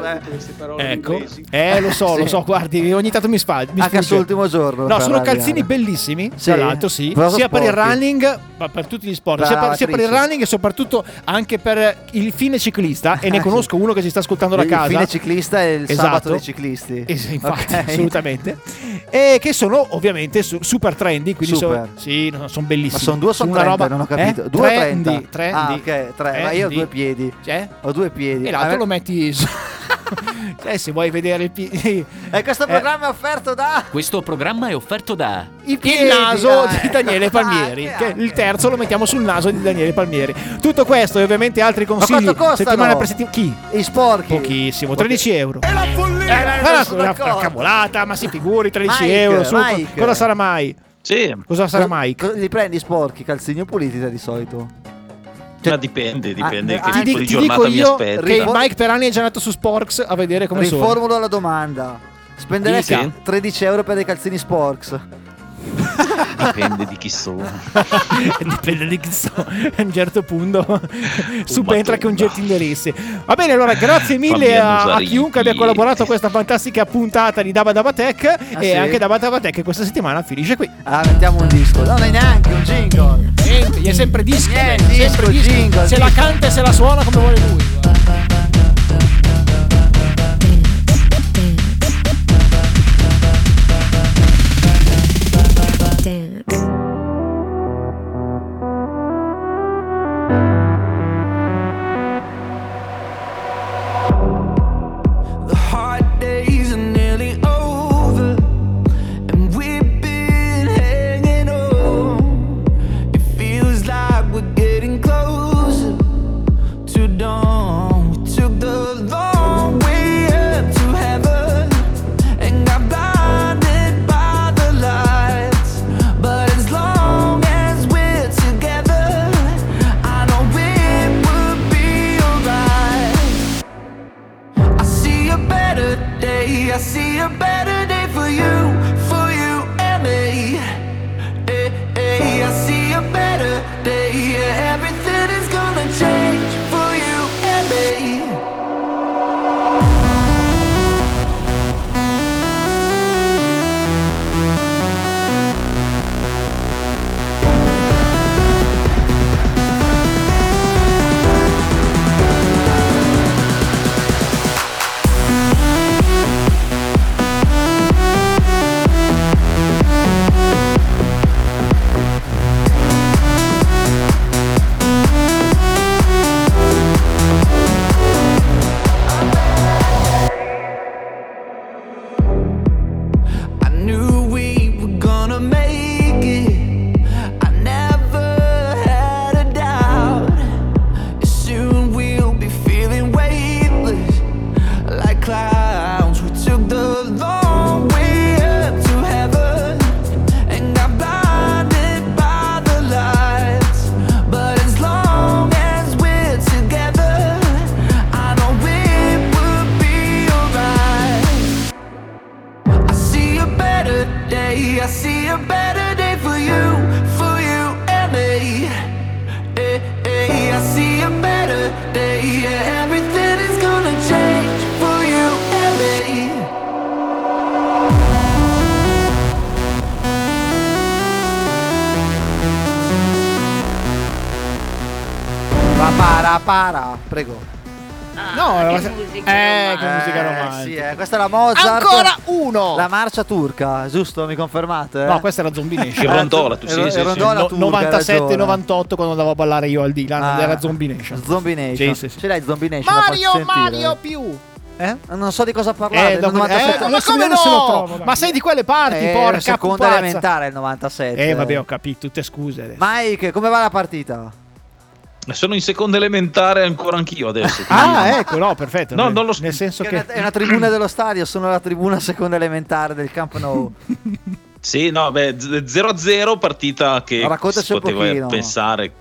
ecco. Eh, lo so, lo
Sì.
so, guardi, ogni tanto mi sfagli. Mi
Anche al suo
sfugge.
ultimo giorno. eh.
No,
fa
sono
arrabbiare.
calzini bellissimi,
Sì,
tra l'altro, sì. Sia
però sono
per il
sporchi.
running, ma per tutti gli sport,
Per
sia
la
per, sia per il
lavatrice.
running e soprattutto anche per il fine ciclista. E ne
Eh, Sì.
conosco uno che si sta ascoltando da
Il
casa. Esatto.
fine ciclista e il sabato dei ciclisti.
Eh sì, infatti,
Ok?
assolutamente. E che sono ovviamente su- super trendy, quindi
Super.
sono sì, no, sono bellissimi.
Ma sono due o sono
Su una
30?
roba-
Non ho capito.
eh?
Due o 30?
trendy, trendy.
Ah, ok, tre. Ma io ho
Trendy.
due piedi.
Cioè?
Ho due piedi.
E l'altro
Ah,
lo metti su- Cioè, se vuoi vedere il pi- eh,
E questo programma è offerto da
Eh. Questo programma è offerto da
i piedi,
il naso
dai.
di Daniele Palmieri.
Ah,
che
anche,
il terzo lo mettiamo sul naso di Daniele Palmieri. Tutto questo e ovviamente altri consigli.
quanto costano?
Settimana per settimana. Chi?
anche. I sporchi. Eh,
Pochissimo, 13 euro.
È la follia.
Ma una, una- una cavolata, ma si figuri 13
Mike,
euro. su,
Mike.
Cosa sarà mai?
Sì,
Cosa sarà mai?
Li prendi sporchi, calzini o puliti te, di solito?
Cioè,
ma dipende, dipende
ah,
che
ti
tipo
di-
di
ti dico
giornata mi
io
aspetta.
che
aspetta.
Mike per anni è già andato su Sporks a vedere come sono.
Riformulo la domanda. Spenderesti
Dica.
13 euro per dei calzini sporks?
Dipende di chi sono.
Dipende di chi so. A un certo punto subentra che un
Madonna.
certo indirizzo. Va bene, allora grazie mille
Fammi
a, a
annusare i
chiunque abbia
piedi.
collaborato a questa fantastica puntata di Dabba Dabba Tech.
Ah,
e
sì?
anche Dabba Dabba Tech questa settimana finisce qui.
Ah, mettiamo un disco. No, non è neanche un jingle.
Niente, gli è sempre disco.
Niente, eh, disco, sempre disco. jingle, Se la disco.
canta e se la suona come vuole lui.
Dance.
The hard days are nearly over, and we've been hanging on. It feels like we're getting closer to dawn. We took the long way up to heaven and got blinded by the lights. But as long as we're together, I know it will be alright. I see a better day. I see a better day for you, for you and me. Eh, eh, I see a better day. Yeah, everything is gonna change for you and me. I knew we were gonna make it. I never had a doubt. Soon we'll be feeling weightless like clouds. We took the long way up to heaven and got blinded by the lights. But as long as we're together, I know it will be alright. I see a better day. I see a better day for you, for you and me. Eh, eh, I see a better day. Yeah, everything is gonna change for you and me.
Pa para para. Prego.
No, la- eh, che
Eh,
Ah, musica romantica.
sì, eh, questa è la Mozart.
Ancora uno.
La marcia turca, giusto? Mi confermate?
No, questa era Zombie Nation.
Il rondola, tu
Eh,
sì,
il
sì, sì.
rondola
No,
turca, hai
97
ragione.
98 quando andavo a ballare io al Dylan
Ah,
era Zombie Nation.
Zombie Nation.
Sì, sì, sì.
Ce l'hai Zombie Nation? la faccio
Mario
sentire?
Mario più. Eh?
Non so di cosa
Eh,
parlate. il
dopo-
97.
eh,
adesso
ma come
vediamo se lo
no?
trovo, dai.
Ma sei di quelle parti,
Eh, era
porca
seconda
pupazza.
elementare il 97.
Eh, vabbè, ho capito, tutte scuse adesso.
Mike, come va la partita?
Sono in seconda elementare ancora anch'io adesso.
Ah, ecco, no, perfetto.
No,
Nel-
non lo so.
Nel senso
Che è, una,
che
è una tribuna dello stadio, sono la tribuna seconda elementare del Camp Nou.
Sì, no, beh, z- 0-0 partita che
Raccontaci
si
un
poteva
pochino.
pensare.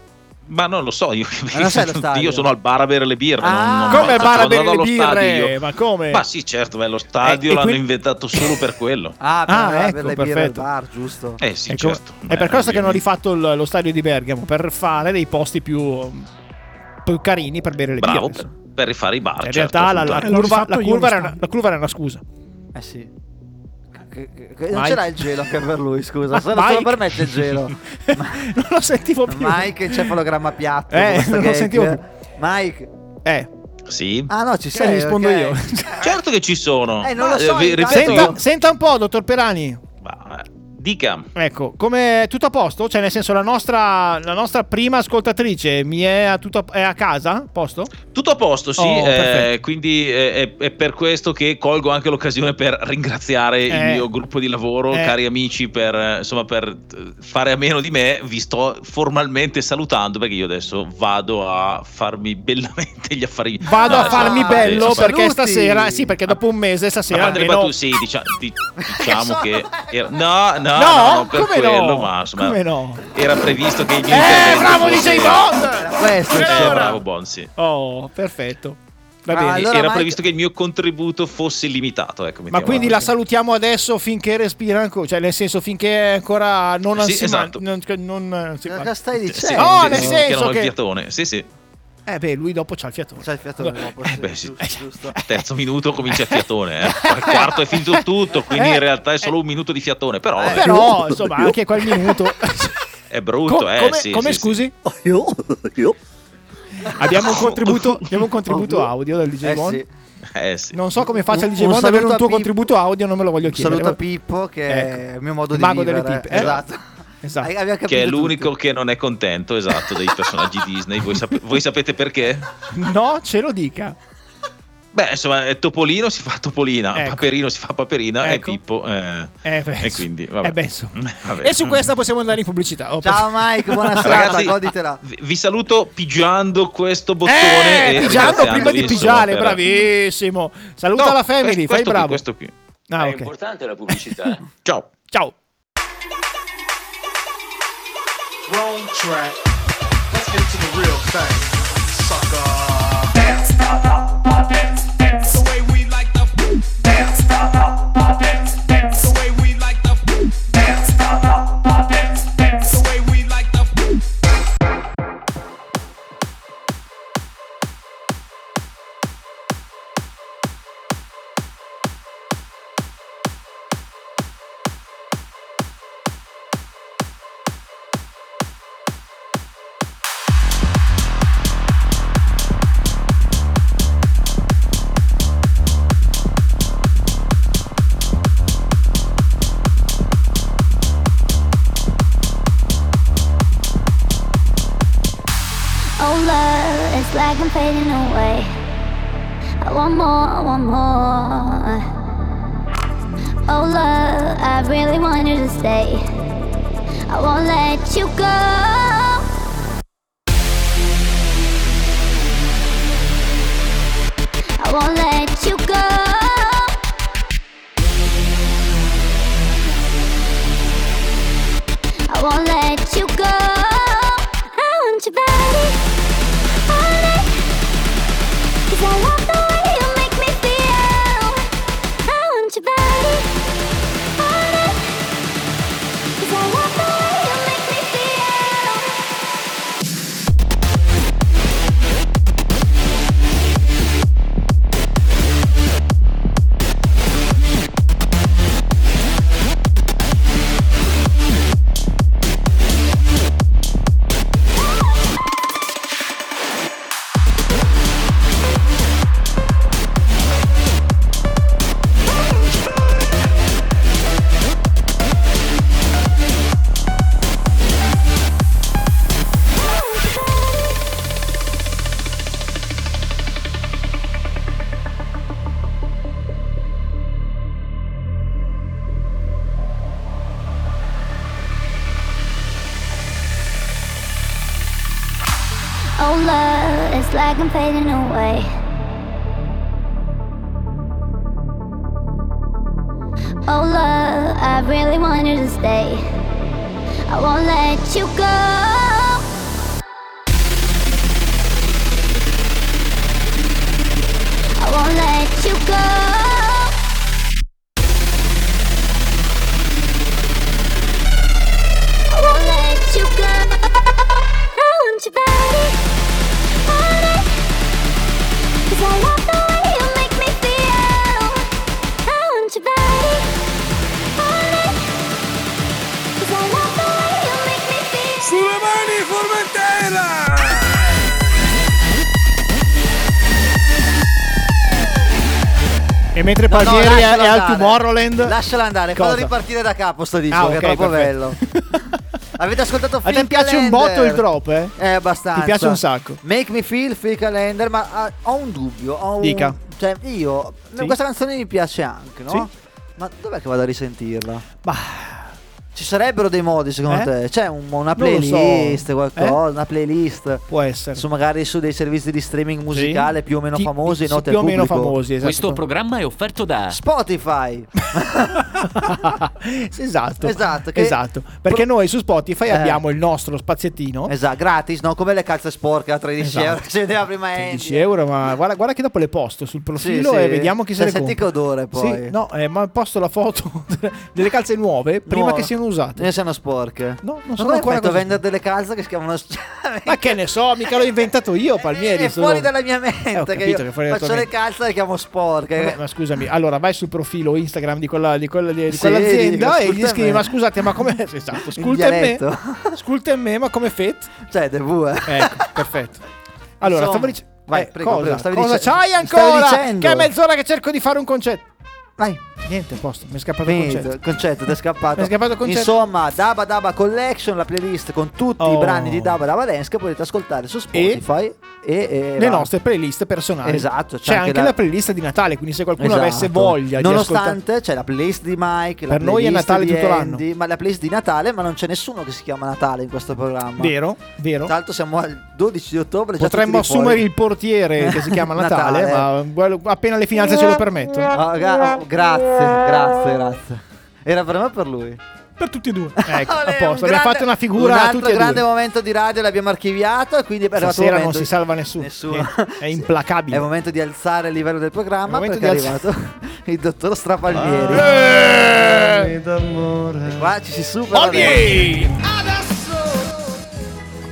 Ma non lo so, io,
Ma non sai lo stadio?
io sono al bar a bere le birre.
Ah.
non, non
come
vado-
bara
vado
per le
allo stadio.
birre, ma come? Eh,
Ma sì, certo, beh, lo stadio
e
l'hanno
quel-
inventato solo per quello.
Ah, per
Ah,
andare a
ecco,
bere le birre al
perfetto.
bar, giusto?
Eh sì,
Ecco,
certo.
È per
Eh,
questo che hanno
ovviamente.
rifatto il- lo stadio di Bergamo, per fare dei posti più, più carini per bere le
Bravo, certo,
birre.
per,
insomma.
per rifare i bar.
In
certo,
realtà la, la
appunto.
L'ho
curva,
rifatto
la,
io
curva
lo
era una,
stadio.
la curva era una scusa.
Eh sì. Che- che- che- Non
Mike.
ce l'ha il gelo anche per lui, scusa.
Ma
Se non se lo
Mike.
permette il gelo.
non lo sentivo più.
Mike, encefalogramma piatto.
Eh,
questo
non lo
gag.
sentivo più.
Mike.
Eh,
Sì.
Ah no, ci
se
sei.
rispondo
ok.
io.
Certo che ci sono.
Eh, non lo
Ma,
so,
vi-
intanto-
ripeto,
senta,
io-
senta un po', dottor Perani.
ma, eh, dica.
Ecco, come tutto a posto? Cioè, nel senso, la nostra, la nostra prima ascoltatrice mi è a, tutto, è a casa? Posto?
Tutto a posto, sì,
Oh,
eh,
perfetto.
quindi eh, è, è per questo che colgo anche l'occasione per ringraziare il
Eh.
mio gruppo di lavoro,
Eh.
cari amici, per, eh, insomma, per eh, fare a meno di me. Vi sto formalmente salutando perché io adesso vado a farmi bellamente gli affari.
Vado
No,
a
adesso-
farmi
ah,
bello
adesso-
perché
saluti.
stasera, sì, perché dopo un mese
a
stasera
parte le
almeno-
battute, sì, dicia- di- diciamo
Che
che
so-
era- no, no,
No,
no, no, per
come
quello,
no?
ma insomma,
Come no?
era previsto che il mio
Eh,
intervento
bravo
fosse-
DJ Bond!
Questo
Eh,
sì.
bravo Bonzi.
Oh, perfetto. Va
Ah,
bene.
allora-
Era
Mike-
previsto che il mio contributo fosse limitato. Ecco,
Ma
mettiamola
quindi la
così.
salutiamo adesso finché respira ancora, cioè nel senso finché è ancora non
Sì,
ansi-
esatto.
non, non- eh, sì,
Cosa
ma-
Eh, stai
Sì,
dicendo?
No,
sì,
Oh, nel
sì,
senso
chiamano il
che-
piatone. Sì, sì.
Eh beh, lui dopo c'ha il fiatone.
C'è il fiato dopo,
Eh,
sì,
beh, sì.
giusto, giusto.
Terzo minuto comincia il fiatone. Eh. Al quarto è finito tutto, quindi
Eh,
in realtà è solo un minuto di fiatone. Però
eh,
eh,
Però, insomma, anche quel minuto.
è brutto.
Co-
eh,
come
sì,
come
sì, sì.
scusi? Abbiamo un contributo, abbiamo un contributo audio dal DJ
Eh,
Bond.
sì.
Eh, sì.
Non so come faccia il
Un-
DJ
un
Bond ad avere
saluto
un
a
tuo
Pippo.
contributo audio, non me lo voglio
Un saluto a
chiedere.
Pippo che è
Ecco.
il mio modo
Il
di
mago
vivere.
delle pippe, eh.
Esatto.
Esatto.
Hai- abbiamo
Che è
capito
l'unico
tutti.
che non è contento, esatto, dei personaggi Disney. Voi, sap- voi sapete perché?
No, ce lo dica.
Beh, insomma, eh, Topolino si fa Topolina,
Ecco.
Paperino si fa Paperina e
Ecco.
Pippo. eh,
Eh, beh,
e quindi, vabbè. Mm,
eh, beh, insomma.
Vabbè.
E su questa possiamo andare in pubblicità. Oh,
Ciao Mike, buona serata,
Ragazzi,
goditela.
vi- vi saluto pigiando questo bottone.
Eh,
e
pigiando prima
ringraziandovi,
di
insomma,
pigiare,
per-
bravissimo. Saluta
eh. No,
la family,
questo-
fai
questo qui,
bravo.
questo qui.
Ah,
È
ok.
importante la pubblicità.
Ciao.
Ciao.
Wrong track. Let's get to the real thing, sucker. Dance, the way we like the dance, the way we like the dance, the way we like the.
Oh love, it's like I'm fading away. I want more, I want more. Oh love, I really want you to stay. I won't let you go. I won't let you go. I won't let you go. I want your body all night. 'Cause I love the way you make me feel. I want your body all night. 'Cause I love the way you make me feel. Oh love, it's like I'm fading away. Oh love, I really want you to stay. I won't let you go. I won't let you go. I won't let you go. I want your body. all night. 'Cause I love the way you make me feel. I want your body. all night. 'Cause I love the way you make me feel.
E mentre
No, no,
Palmieri è,
lascialo
è al
andare.
Tomorrowland,
Lasciala andare,
Cosa?
fallo ripartire da capo sto disco
Ah,
che
ok,
è troppo bello.
perfetto.
Avete ascoltato
A
Phil
te piace
Calender?
un botto il drop, eh?
Eh, abbastanza.
Ti piace un sacco.
Make me feel, Phil Calender, ma ah, ho un dubbio. Ho un-
Dica.
Cioè, io,
Sì.
questa canzone mi piace anche, no?
Sì.
Ma dov'è che vado a risentirla?
Bah,
Ci sarebbero dei modi secondo
Eh?
te? C'è un- una
Non lo so.
playlist, qualcosa,
Eh?
una playlist.
può essere.
Su magari su dei servizi di streaming musicale
Sì.
più o meno
Ti-
famosi,
sì,
note
Più o
al
meno esatto.
pubblico.
famosi, esatto.
Questo programma è offerto da
Spotify.
esatto.
Esatto, che-
esatto. Perché
Pro-
noi su Spotify
Eh.
abbiamo il nostro spaziettino.
Esatto, gratis, no? Come le calze sporche a 13
Esatto.
euro che si vedeva prima Andy.
13 euro, ma guarda, guarda che dopo le posto sul profilo
Eh, Sì,
e
sì.
vediamo chi se
Cioè,
le compra.
senti che odore, poi.
Sì, no, eh, ma posto la foto delle calze nuove prima
Nuova.
che siano usate.
Ne siano sporche.
No, non
Ma
sono
come
ancora
hai fatto a
così.
vendere delle calze che si chiamano...
Ma che ne so, mica l'ho inventato io, Palmieri.
È
sono-
fuori dalla mia mente.
Eh, ho
che
capito
io
che fuori dalla tua
faccio le
mente.
calze e le chiamo sporche.
Vabbè, ma scusami, allora vai sul profilo Instagram di, quella, di, quella, di
Sì,
quell'azienda
dico,
e gli
ascolta
scrivi:
me.
Ma scusate, ma come. Esatto,
Il
sculta me,
dialetto.
sculta me, ma come fet?
Cioè, TV, eh.
Ecco, perfetto. Allora,
Insomma,
stavo dicendo.
vai, prego,
cosa,
prego, stavi
cosa
dice-
c'hai
stavi
ancora?
dicendo.
Che è mezz'ora che cerco di fare un concetto.
Vai.
Niente, a posto, mi è scappato il
Finito,
concetto.
concetto. ti è scappato.
Mi è scappato il concetto.
Insomma, Daba Daba Collection, la playlist con tutti
Oh.
i brani di Daba Daba Dance che potete ascoltare su Spotify e, e-
Le
va.
nostre playlist personali.
Esatto,
c'è, anche la... playlist di Natale, quindi se qualcuno
Esatto.
avesse voglia di ascoltare.
Nonostante c'è la playlist di Mike, la
Per noi è
playlist
Natale
di
tutto l'anno.
Andy, Ma la playlist di Natale, ma non c'è nessuno che si chiama Natale in questo programma.
Vero, vero.
Tra l'altro siamo al 12 di ottobre. già
Potremmo
tutti di fuori.
assumere il portiere che si chiama Natale,
Natale.
ma quello- appena le finanze ce lo permettono.
Ah, gra- oh, grazie, grazie, grazie. Era per me o per lui?
Per tutti e due.
Ecco,
Ah,
a
beh, un
posto. Abbiamo
grande-
fatto una figura
un
a
altro
tutti e
grande
due.
momento di radio l'abbiamo archiviato e quindi è arrivato il
Stasera non
momento
si
di-
salva nessuno. Niente, È
Sì.
implacabile.
È il momento di alzare il livello del programma
È il momento
perché è
di alza-
arrivato il dottor Strapalmieri.
Eh!
E qua ci si supera.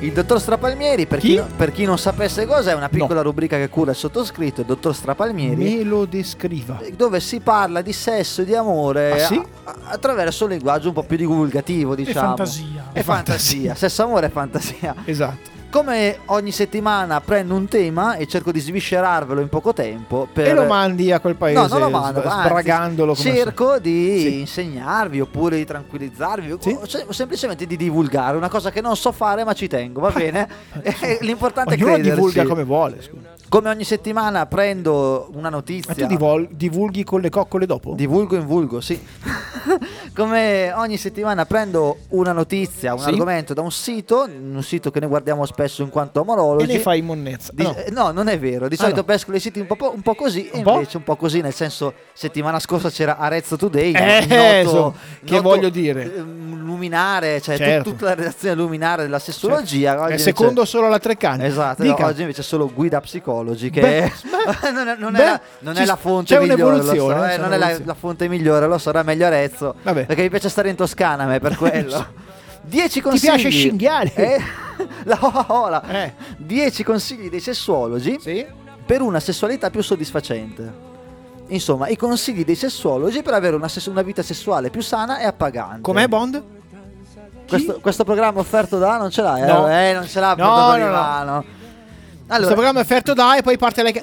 Il dottor Strapalmieri, per chi?
Chi?
no- per chi non sapesse cos'è, è una piccola rubrica che cura il sottoscritto, il dottor Strapalmieri.
Me lo descriva.
Eh, Dove si parla di sesso e di amore
Ah, sì?
a- a- attraverso un linguaggio un po' più divulgativo, diciamo.
fantasia.
E fantasia. Sesso, amore e fantasia.
Esatto.
Come ogni settimana prendo un tema e cerco di sviscerarvelo in poco tempo. Per...
E lo mandi a quel paese.
No, non lo mando,
sb-
anzi,
Sbragandolo come
cerco di
Sì.
insegnarvi oppure di tranquillizzarvi
Sì.
o se- o semplicemente di divulgare una cosa che non so fare ma ci tengo, va bene? Eh, L'importante
Ognuno
è crederci.
divulga come vuole. scusa.
Come ogni settimana prendo una notizia.
Ma tu divol- divulghi con le coccole dopo?
Divulgo in vulgo, sì. Come ogni settimana prendo una notizia, un
Sì.
argomento da un sito, un sito che noi guardiamo spesso in quanto amorologi.
e ne fai monnezza.
Di-
No. Ah,
eh, no. non è vero. Di solito
no.
pesco dei siti un po', po- un po' così, e
Un po'?
invece un po' così, nel senso, settimana scorsa c'era Arezzo Today.
Eh,
il
so, che voglio dire.
eh, Luminare, cioè tut-
Certo.
tutta la redazione luminare della sessologia.
È
oggi
secondo
invece-
solo alla Treccani.
Esatto,
Dica.
oggi invece è solo guida psicologi che
Beh,
non è, non è
beh,
la, non è
ci-
la fonte
c'è
migliore, lo so,
un'evoluzione,
eh,
c'è
non è la,
un'evoluzione.
la fonte migliore, lo so, era meglio Arezzo,
Vabbè.
perché mi piace stare in Toscana a me per quello. 10 consigli.
piace scinghiale?
Eh, la hola.
Eh.
10 consigli dei sessuologi
Sì?
per una sessualità più soddisfacente. Insomma, i consigli dei sessuologi per avere una, sess- una vita sessuale più sana e appagante.
Com'è Bond?
questo, questo programma offerto da non ce l'hai,
No.
eh? Eh, non ce l'ha
No,
portato di
no, no.
mano.
Questo
Allora,
programma è offerto da e poi parte lei che...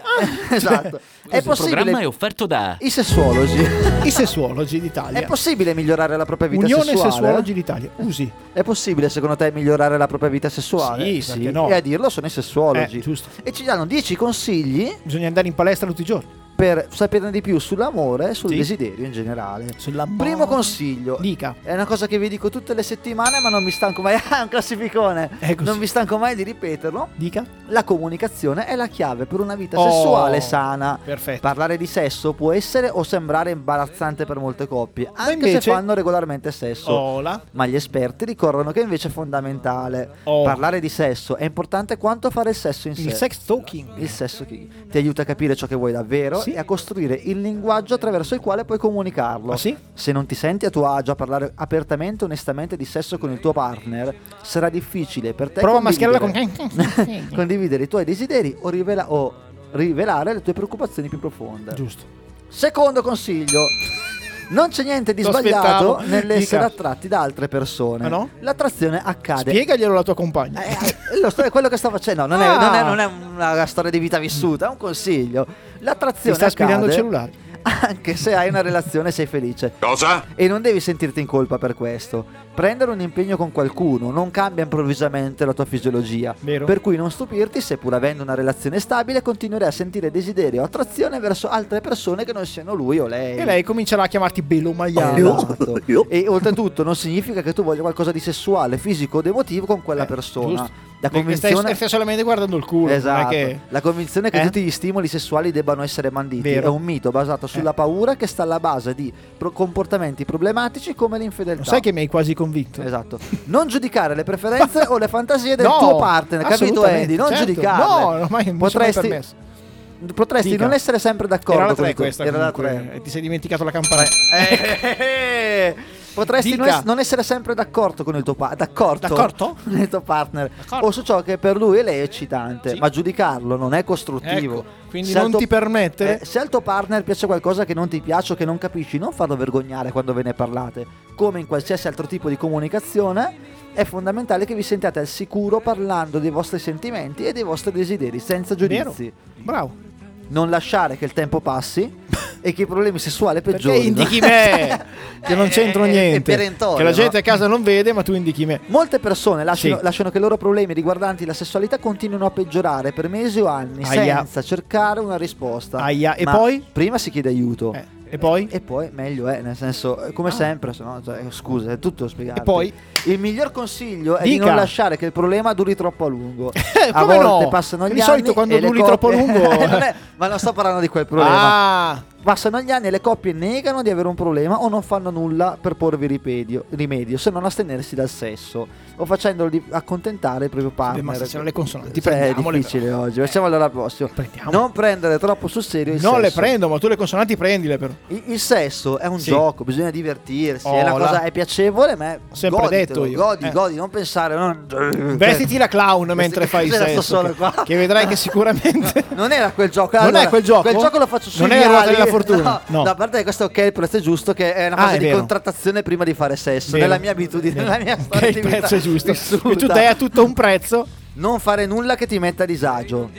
Ah!
esatto. È
Il programma è
possibile
offerto da
i sessuologi.
I sessuologi
È
d'Italia.
possibile migliorare la propria vita
Unione
sessuale? Eh,
Sessuologi d'Italia. Usi.
È possibile secondo te migliorare la propria vita sessuale?
Sì, perché no?
E a dirlo sono i sessuologi.
Eh, giusto.
E ci danno 10 consigli
Bisogna andare in palestra tutti i giorni.
per saperne di più sull'amore e sul
Sì.
desiderio in generale.
Sull'amore.
Primo consiglio.
Dica.
È una cosa che vi dico tutte le settimane, ma non mi stanco mai. Ah, è un classificone.
È così.
Non mi stanco mai di ripeterlo.
Dica.
La comunicazione è la chiave per una vita
Oh,
sessuale sana.
perfetto.
Parlare di sesso può essere o sembrare imbarazzante per molte coppie, anche
invece- Oh,
se fanno regolarmente sesso.
Ola.
Ma gli esperti ricorrono che invece è fondamentale.
Oh.
Parlare di sesso è importante quanto fare il sesso in sé.
Il sex talking.
Il sesso che ti aiuta a capire ciò che vuoi davvero
Sì.
e a costruire il linguaggio attraverso il quale puoi comunicarlo.
Ah, sì?
Se non ti senti a tuo agio a parlare apertamente e onestamente di sesso con il tuo partner, sarà difficile per te
Prova a mascherarla
condividere-
con...
condividere i tuoi desideri o, rivela- o rivelare le tue preoccupazioni più profonde.
Giusto.
Secondo consiglio. Non c'è niente di
Lo
sbagliato
aspettavo.
nell'essere
Dica.
attratti da altre persone.
Ah, no?
L'attrazione accade.
Spiegaglielo alla tua compagna.
Eh, eh, lo sto- è quello che sta facendo. No, non, è,
Ah.
non è- non è una storia di vita vissuta, è un consiglio.
Ti
L'attrazione
sta
accade
aspirando il cellulare.
anche se hai una relazione e sei felice.
Cosa?
E non devi sentirti in colpa per questo. Prendere un impegno con qualcuno non cambia improvvisamente la tua fisiologia.
Vero.
Per cui non stupirti se pur avendo una relazione stabile continuerai a sentire desiderio o attrazione verso altre persone che non siano lui o lei.
E lei comincerà a chiamarti Bello Maiale.
Esatto. E oltretutto non significa che tu voglia qualcosa di sessuale, fisico o emotivo con quella
Eh,
persona.
giusto.
La
Perché stai-
convinzione...
Stai, solamente guardando il culo. non è
Esatto.
che-
La convinzione che
Eh?
tutti gli stimoli sessuali debbano essere banditi
Vero.
è un mito basato sulla
Eh.
paura che sta alla base di pro- comportamenti problematici come l'infedeltà.
Lo sai che mi hai quasi convinto.
Esatto. Non giudicare le preferenze o le fantasie del
No,
tuo partner, capito
assolutamente,
Andy? Non
certo.
giudicarle.
No, ormai non mi sono mai permesso.
potresti
Dica.
non essere sempre d'accordo
Era la
con
3
que-
questa
Era la
comunque,
tre.
e ti sei dimenticato la campana.
Eh, Potresti non,
Dica.
es- non essere sempre d'accordo con il tuo partner, d'accordo,
D'accordo?
con il tuo partner
D'accordo.
o su ciò che per lui e lei è eccitante,
Sì.
ma giudicarlo non è costruttivo.
Ecco, quindi
al
non ti permette?
eh, se al tuo partner piace qualcosa che non ti piace o che non capisci, non farlo vergognare quando ve ne parlate. Come in qualsiasi altro tipo di comunicazione, è fondamentale che vi sentiate al sicuro parlando dei vostri sentimenti e dei vostri desideri senza
Vero.
giudizi.
Bravo.
Non lasciare che il tempo passi e che i problemi sessuali
Perché
peggiorino.
indichi me? che non c'entro
Eh, è
niente.
perentorio,
che la gente
no?
a casa non vede, ma tu indichi me.
Molte persone lasciano,
Sì.
lasciano che i loro problemi riguardanti la sessualità continuino a peggiorare per mesi o anni
Aia.
senza cercare una risposta.
Aia, e
Ma
poi?
Prima si chiede aiuto.
Eh, e poi?
E poi meglio è, nel senso, eh, come sempre, se no, cioè, scusa, è tutto spiegato.
E poi?
Il miglior consiglio è di
Dica.
non lasciare che il problema duri troppo a lungo. a
come
volte
no?
passano gli
Di
anni
solito quando
e le
duri troppo a
coppie- Eh,
lungo-
Non è- ma non sto parlando di quel problema.
Ah,
Passano gli anni e le coppie negano di avere un problema o non fanno nulla per porvi ripedio- rimedio, se non astenersi dal sesso o facendolo di- accontentare il proprio partner.
ma se c'erano le consonanti,
Cioè, è
prendiamole,
difficile
però. Eh.
oggi, facciamo allora al prossimo.
Prendiamole.
Non prendere troppo sul serio il
non le
sesso.
prendo, ma tu le consonanti prendile però.
Il, il sesso è un
Sì.
gioco, bisogna divertirsi, è una
Oh, la-
cosa è piacevole, ma è
Ho sempre
goditelo,
detto io.
godi,
Eh.
godi, non pensare. non-
Vestiti la clown
Vestiti-
mentre fai il
ce la sto
sesso.
solo
che-
qua.
Che vedrai che sicuramente
Non era quel gioco,
Non
allora,
è quel gioco?
Quel gioco lo faccio sui
Non è la ruota
ali.
della fortuna?
No,
No.
no, a parte che questo ok, il prezzo è giusto, che è una
Ah,
fase
è
di
vero.
contrattazione prima di fare sesso.
Vero.
Nella mia abitudine,
Vero.
nella mia
che
storia
il prezzo è giusto. E tu
Risulta
dai a tutto un prezzo.
non fare nulla che ti metta a disagio.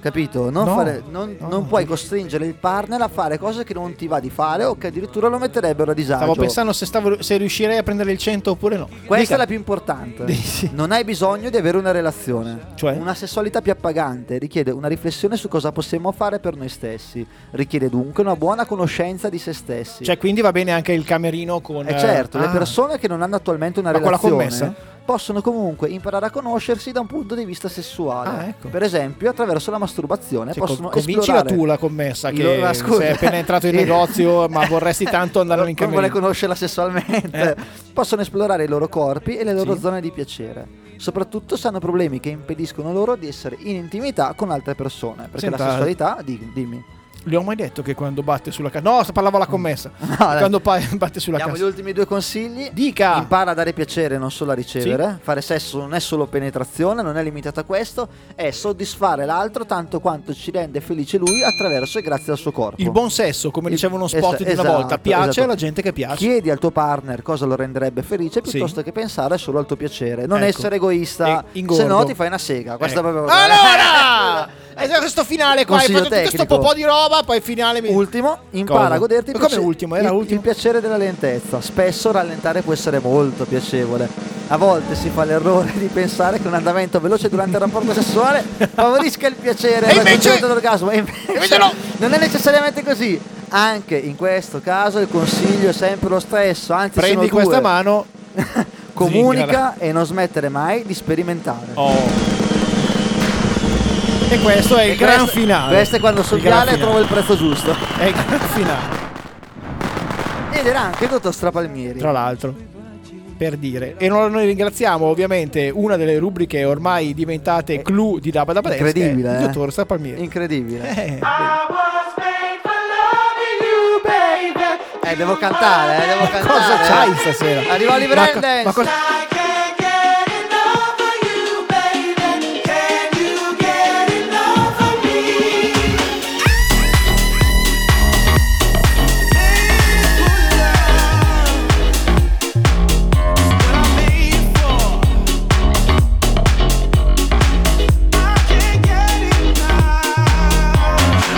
Capito? Non,
No.
fare- non-
No,
non
no.
puoi costringere il partner a fare cose che non ti va di fare o che addirittura lo metterebbero a disagio.
Stavo pensando se, stavo- se riuscirei a prendere il 100 oppure no.
Questa
Dica.
è la più importante.
Sì.
Non hai bisogno di avere una relazione.
Cioè?
Una sessualità più appagante richiede una riflessione su cosa possiamo fare per noi stessi. Richiede dunque una buona conoscenza di se stessi.
Cioè, quindi va bene anche il camerino con.
E certo, le
ah.
persone che non hanno attualmente una
Ma con la
relazione
commessa?
possono comunque imparare a conoscersi da un punto di vista sessuale.
Ah, ecco.
Per esempio, attraverso la masturbazione
Cioè,
possono
con- convincila
esplorare
tu la commessa
i
che
loro- ah, scusa.
sei appena entrato in
Sì.
negozio, ma vorresti tanto andare in
Non vuole
camerino. Eh.
conoscerla sessualmente. Possono esplorare i loro corpi e le loro
Sì.
zone di piacere. Soprattutto se hanno problemi che impediscono loro di essere in intimità con altre persone. Perché la
Senta-
sessualità, di- dimmi.
Le ho mai detto che quando batte sulla cassa. No, parlavo alla commessa.
Mm. dai.
quando pa- batte sulla
Diamo gli
cassa.
ultimi due consigli.
Dica.
Impara a dare piacere, non solo a ricevere. Fare sesso non è solo penetrazione, non è limitato a questo. È soddisfare l'altro tanto quanto ci rende felice lui attraverso e grazie al suo corpo.
Il buon sesso, come
Il-
diceva uno
es-
spot di una
esatto,
volta, piace
esatto.
alla gente che piace.
Chiedi al tuo partner cosa lo renderebbe felice piuttosto che pensare solo al tuo piacere. Non
Ecco.
essere egoista,
E ingordo.
se no ti fai una sega. Questa
Ecco.
è proprio-
Allora! E c'è questo finale qua, hai
Ecco. Consiglio
fatto tutto questo
tecnico.
po' di roba, poi finale mi...
Ultimo, impara
Cosa?
a goderti il
Ma come
piace-
ultimo? Era
il-
ultimo?
il piacere della lentezza. Spesso rallentare può essere molto piacevole. A volte si fa l'errore di pensare che un andamento veloce durante il rapporto sessuale favorisca il piacere
E
la
invece-
congiunta dell'orgasmo. E invece-
Invece no!
Non è necessariamente così. Anche in questo caso il consiglio è sempre lo stesso, anzi
Prendi
sono due.
questa mano.
Comunica
Zingara. Oh.
e non smettere mai di sperimentare.
E questo è il
E
gran
questo-
finale.
Questo è quando sul
Il gran
viale trovo
finale.
il prezzo giusto.
È il gran finale,
Ed era anche il dottor Strapalmieri.
tra l'altro. Per dire. E non- noi ringraziamo ovviamente una delle rubriche ormai diventate clou di Dabba Dabba Desk,
Eh, Incredibile,
il
eh?
dottor Sapalmieri.
Incredibile.
Eh,
Eh, devo cantare, eh, devo cantare.
cosa
eh.
c'hai stasera?
Arriva Oliver
Ma co-
Eldens.
ma cosa-
I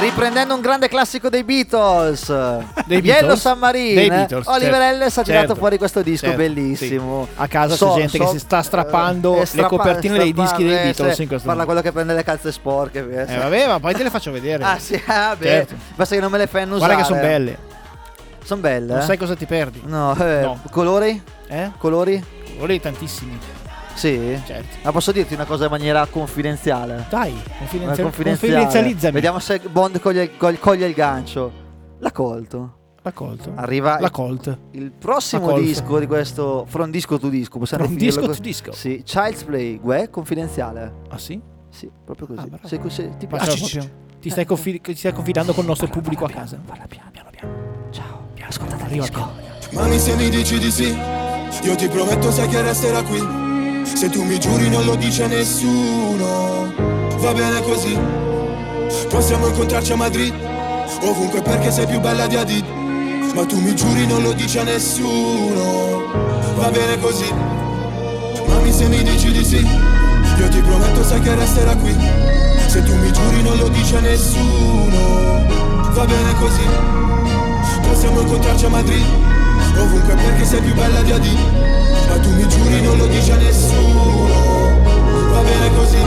riprendendo un grande classico dei Beatles,
Dei
Yellow
Beatles? Dei
Submarine,
Beatles,
eh, Oliver
certo.
Ellis ha tirato
Certo,
fuori questo disco
certo,
bellissimo.
sì. A casa
So-
c'è gente
so-
che si sta strappando
eh,
le
strappa-
copertine dei
strappa-
dischi dei
eh,
Beatles
sì,
in questo
Parla
momento.
quello che prende le calze sporche. eh, sì.
Eh, vabbè, ma poi te le faccio vedere.
Ah sì, ah, beh,
Certo.
basta che non me le fanno usare.
Guarda che sono belle.
Sono belle.
Non
eh?
sai cosa ti perdi.
No, eh,
No.
colori?
Eh?
Colori?
Volevi tantissimi.
Sì.
Certo.
Ma posso dirti una cosa in maniera confidenziale?
Dai,
Ma
confidenzial-
confidenziale.
confidenzializzami.
Vediamo se Bond coglie, coglie- coglie il gancio. L'ha colto.
La Colt.
Arriva
La
il-
Colt.
Il
La
prossimo
colf.
disco di questo From Disco to Disco, possiamo
From
definirlo così?
disco to disco.
Sì, Child's Play, guè, confidenziale.
Ah sì?
Sì, proprio
Ah,
così.
bravo.
se, se ti
Ma
piace.
c'è proprio- Ti stai, confi- ti stai confidando col nostro pubblico a casa. Parla piano, piano, Ciao. Ascoltate il disco.
Mami se mi dici di sì Io ti prometto sai che resterà qui Se tu mi giuri non lo dice nessuno Va bene così Possiamo incontrarci a Madrid Ovunque perché sei più bella di Adid Ma tu mi giuri non lo dice nessuno Va bene così Mami se mi dici di sì Io ti prometto sai che resterà qui Se tu mi giuri non lo dice nessuno Va bene così Possiamo incontrarci a Madrid Ovunque perché sei più bella di Adi Ma tu mi giuri non lo dice a nessuno Va bene così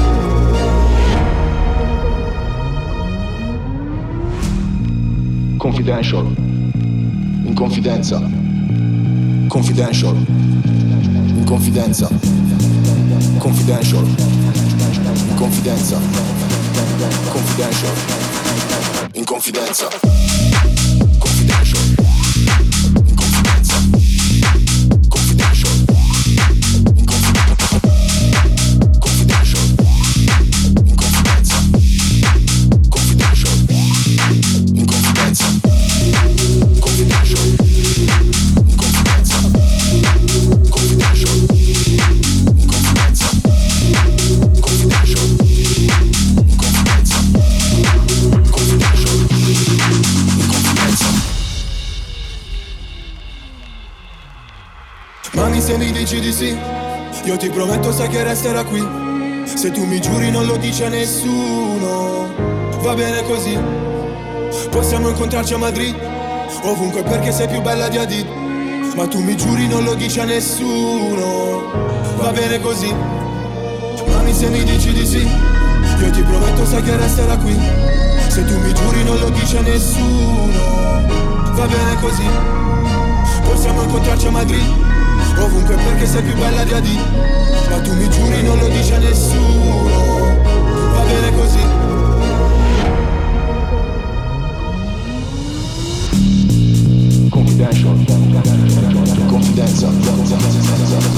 Confidential In confidenza Confidential In confidenza Confidential In confidenza Confidential In confidenza Confidential. In confidenza. Confidential. In confidenza. Confidential. In confidenza. Confidential. In confidenza. Confidential. In confidenza. Confidential. In confidenza. Confidential. In confidenza. Confidential. In confidenza. Mami se mi dici di sì Io ti prometto sai che resterà qui Se tu mi giuri non lo dice nessuno Va bene così Possiamo incontrarci a Madrid Ovunque perché sei più bella di Adid Ma tu mi giuri non lo dice nessuno Va bene così Mami se mi dici di sì Io ti prometto sai che resterà qui Se tu mi giuri non lo dice nessuno Va bene così Possiamo incontrarci a Madrid Ovunque perché sei più bella di Adi Ma tu mi giuri non lo dice nessuno Va bene così Confidential Confidenza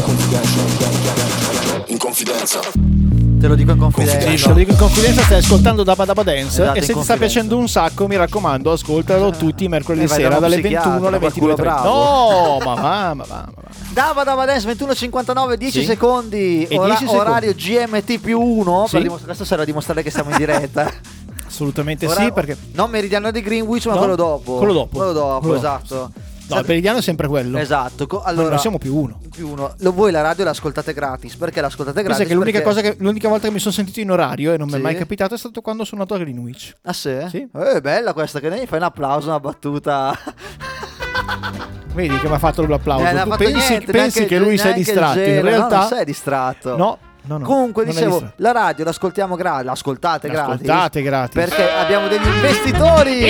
Confidential In confidenza
Te lo dico in confidenza.
Sì, te lo dico in confidenza, stai ascoltando Dabba Dabba Dance
Esatto, in
e se ti sta
confidenza.
piacendo un sacco, mi raccomando, ascoltalo tutti i mercoledì
Eh, vai da
sera
uno
dalle
psichiatra,
21 alle
da qualcuno
22.30. No, ma va, ma va, ma va.
Dava Dava Dance 21.59, 10
Sì.
secondi,
E
ora-
10 secondi.
orario GMT più 1.
Sì.
adesso serve a dimostrare che siamo in diretta.
Assolutamente
Ora-
Eh, sì, perché
Non meridiano di Greenwich, ma
No,
quello dopo.
quello dopo.
Quello dopo,
Quello dopo.
esatto.
no, il meridiano è sempre quello.
Esatto, co-
Allora,
allora
non siamo più uno.
più uno. Lo- voi la radio l'ascoltate gratis, perché l'ascoltate gratis?
Pensa che l'unica,
Perché-
cosa che l'unica volta che mi sono sentito in orario e non mi è
Sì.
mai capitato è stato quando sono andato a Greenwich.
Ah sì?
Sì.
Eh, bella questa, che ne fai un applauso, una battuta.
Vedi che mi ha fatto l'applauso.
Eh, non ha
Tu
fatto
pensi,
niente,
pensi
neanche-
che lui si è
neanche il
distratto, in
genere, no,
realtà
non sei distratto.
No, no, no.
Comunque
non è
dicevo,
distratto.
la radio l'ascoltiamo gratis, l'ascoltate gratis.
L'ascoltate gratis.
Perché abbiamo degli investitori.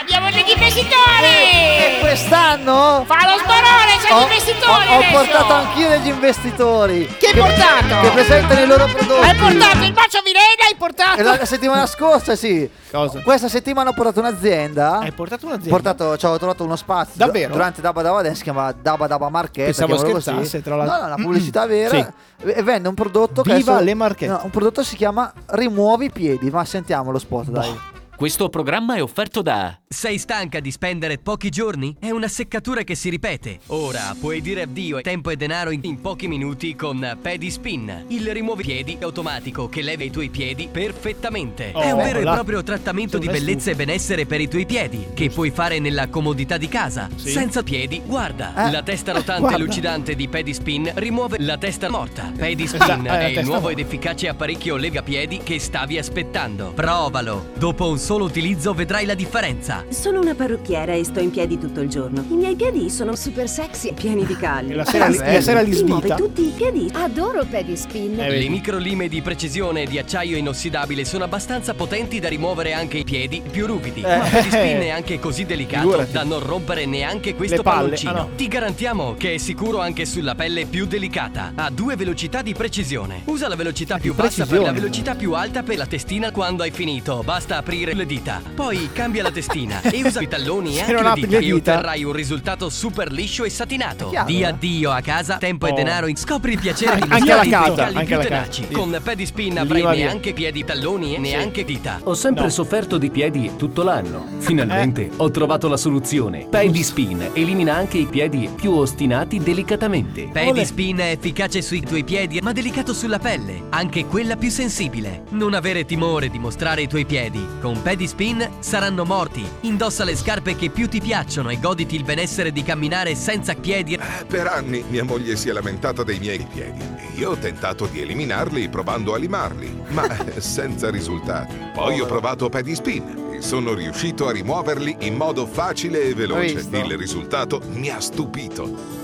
Abbiamo degli investitori!
E quest'anno
Fa lo sbarone, c'è
ho,
gli investitori!
ho- ho
adesso!
portato anch'io degli investitori.
Che hai portato?
Che presentano i loro prodotti.
Hai portato il bacio Vilena, hai portato...
E la, la settimana scorsa, sì.
Cosa?
Questa settimana ho portato un'azienda.
Hai portato un'azienda.
portato, cioè, ho trovato uno spazio
Davvero?
durante Dabba Dabba Dance si chiama Dabba Dabba Marchetta
Pensavo
chiamalo così.
scherzasse, tra l'altro. Mm.
no no una pubblicità vera
Sì.
e e vende un prodotto che
Viva
adesso-
le marchette.
no, un prodotto si chiama rimuovi i piedi ma sentiamo lo spot dai
Questo programma è offerto da
Sei stanca di spendere pochi giorni? È una seccatura che si ripete. Ora puoi dire addio a tempo e denaro in, in pochi minuti con Pedispin, il rimuovipiedi automatico che leva i tuoi piedi perfettamente.
Oh,
È Eh, un vero
là.
e proprio trattamento di
Sono
bellezza e benessere per i tuoi piedi, che puoi fare nella comodità di casa.
Sì.
Senza piedi, guarda.
Eh,
La testa rotante e
guarda.
lucidante di Pedispin rimuove la testa morta.
Esatto,
Pedispin
è la
è il
testa
nuovo
morta.
ed efficace apparecchio legapiedi che stavi aspettando. Provalo. Dopo un solo utilizzo vedrai la differenza.
Sono una parrucchiera e sto in piedi tutto il giorno. I miei piedi sono super sexy e pieni di calli.
E la sera,
bello.
la sera li
Ti muove
svita.
tutti i piedi. Adoro Pedispin.
Eh,
Le
vedi.
microlime di precisione di acciaio inossidabile sono abbastanza potenti da rimuovere anche i piedi più ruvidi. Ma Pedispin è anche così delicato
Eh. Figurati.
da non rompere neanche questo
Le palle,
palloncino.
ah, no.
Ti garantiamo che è sicuro anche sulla pelle più delicata. Ha due velocità di precisione. Usa la velocità più bassa per la
precisione.
velocità più alta per la testina quando hai finito. Basta aprire le dita. Poi cambia la testina e usa i talloni e
Se
anche
non
le
apri
dita,
le
e
dita.
otterrai un risultato super liscio e satinato.
chiaro,
Di
eh?
addio a casa, tempo e
Oh.
denaro. in- Scopri il piacere di
Anche alla
mostrare i tuoi
carta,
calli
anche
più
alla carta.
tenaci.
Sì.
Con Pedispin avrai
Lima via.
neanche piedi talloni e neanche dita.
Ho sempre
No. Eh.
sofferto di piedi tutto l'anno. Finalmente ho trovato la soluzione. Pedispin elimina anche i piedi più ostinati delicatamente.
Pedispin è efficace sui tuoi piedi, ma delicato sulla pelle, anche quella più sensibile. Non avere timore di mostrare i tuoi piedi. Con Pedispin saranno morti. Indossa le scarpe che più ti piacciono e goditi il benessere di camminare senza piedi.
Per anni mia moglie si è lamentata dei miei piedi e io ho tentato di eliminarli provando a limarli, ma eh, senza risultati. Poi ho provato Pedispin e sono riuscito a rimuoverli in modo facile e
Hai
veloce.
visto?
Il risultato mi ha stupito.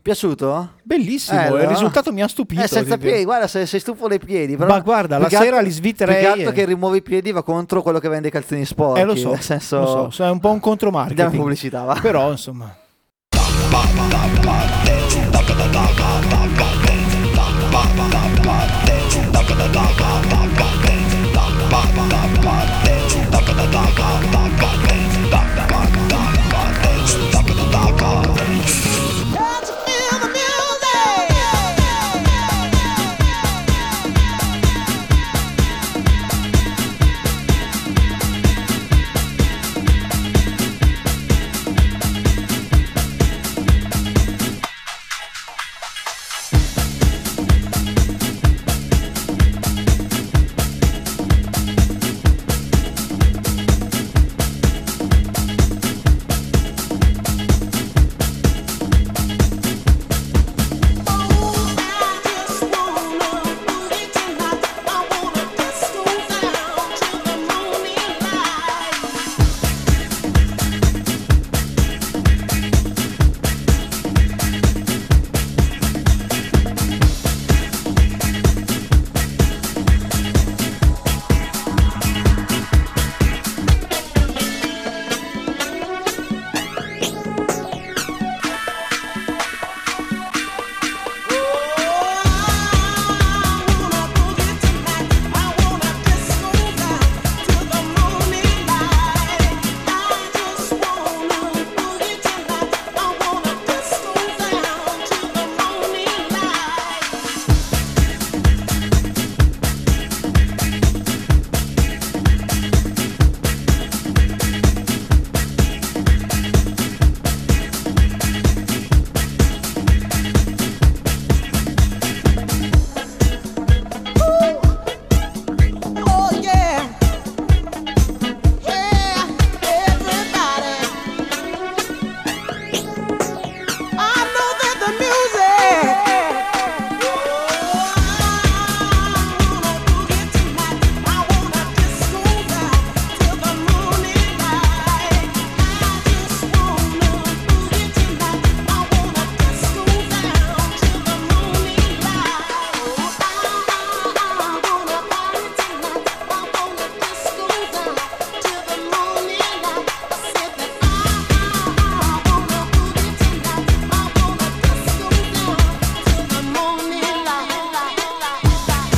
Piaciuto?
Bellissimo,
Eh,
il
allora.
risultato mi ha stupito.
Eh, senza
devo dire.
piedi, guarda, sei, sei stufo dei piedi. Però
Ma guarda, la
più che
sera
altro-
li sviterei
Più che altro
e-
che rimuovi i piedi va contro quello che vende i calzini sporchi.
Eh, lo so,
Nel senso,
lo so, so, è un po' un
diamo
contromarketing.
pubblicità, va.
Però, insomma,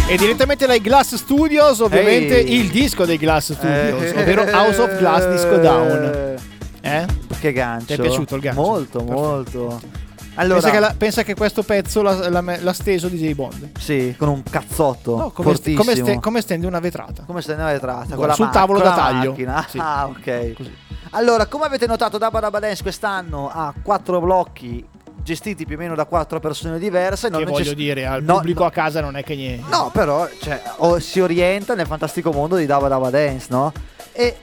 E direttamente dai Glass Studios, ovviamente,
Ehi.
il disco dei Glass Studios,
Eh,
ovvero House of Glass Disco Down.
eh,
Eh?
Che gancio.
Ti è piaciuto il gancio?
Molto,
Perfetto.
molto. Allora-
pensa, che la- pensa che questo pezzo l'ha, l'ha- l'ha steso DJ Bond.
Sì, con un cazzotto.
No, come, st-
fortissimo.
come ste- come stende una vetrata.
Come se ne tratta?
Guarda,
Con la
sul
ma-
tavolo
con
da
la
taglio.
macchina.
Sì.
Ah, ok. Allora, come avete notato, Dabba Dabba Dance quest'anno ha quattro blocchi gestiti più o meno da quattro persone diverse. non
che voglio
necess-
dire, al
no,
pubblico a casa non è che niente.
No, però cioè, o- si orienta nel fantastico mondo di Dabba Dabba Dance, no? E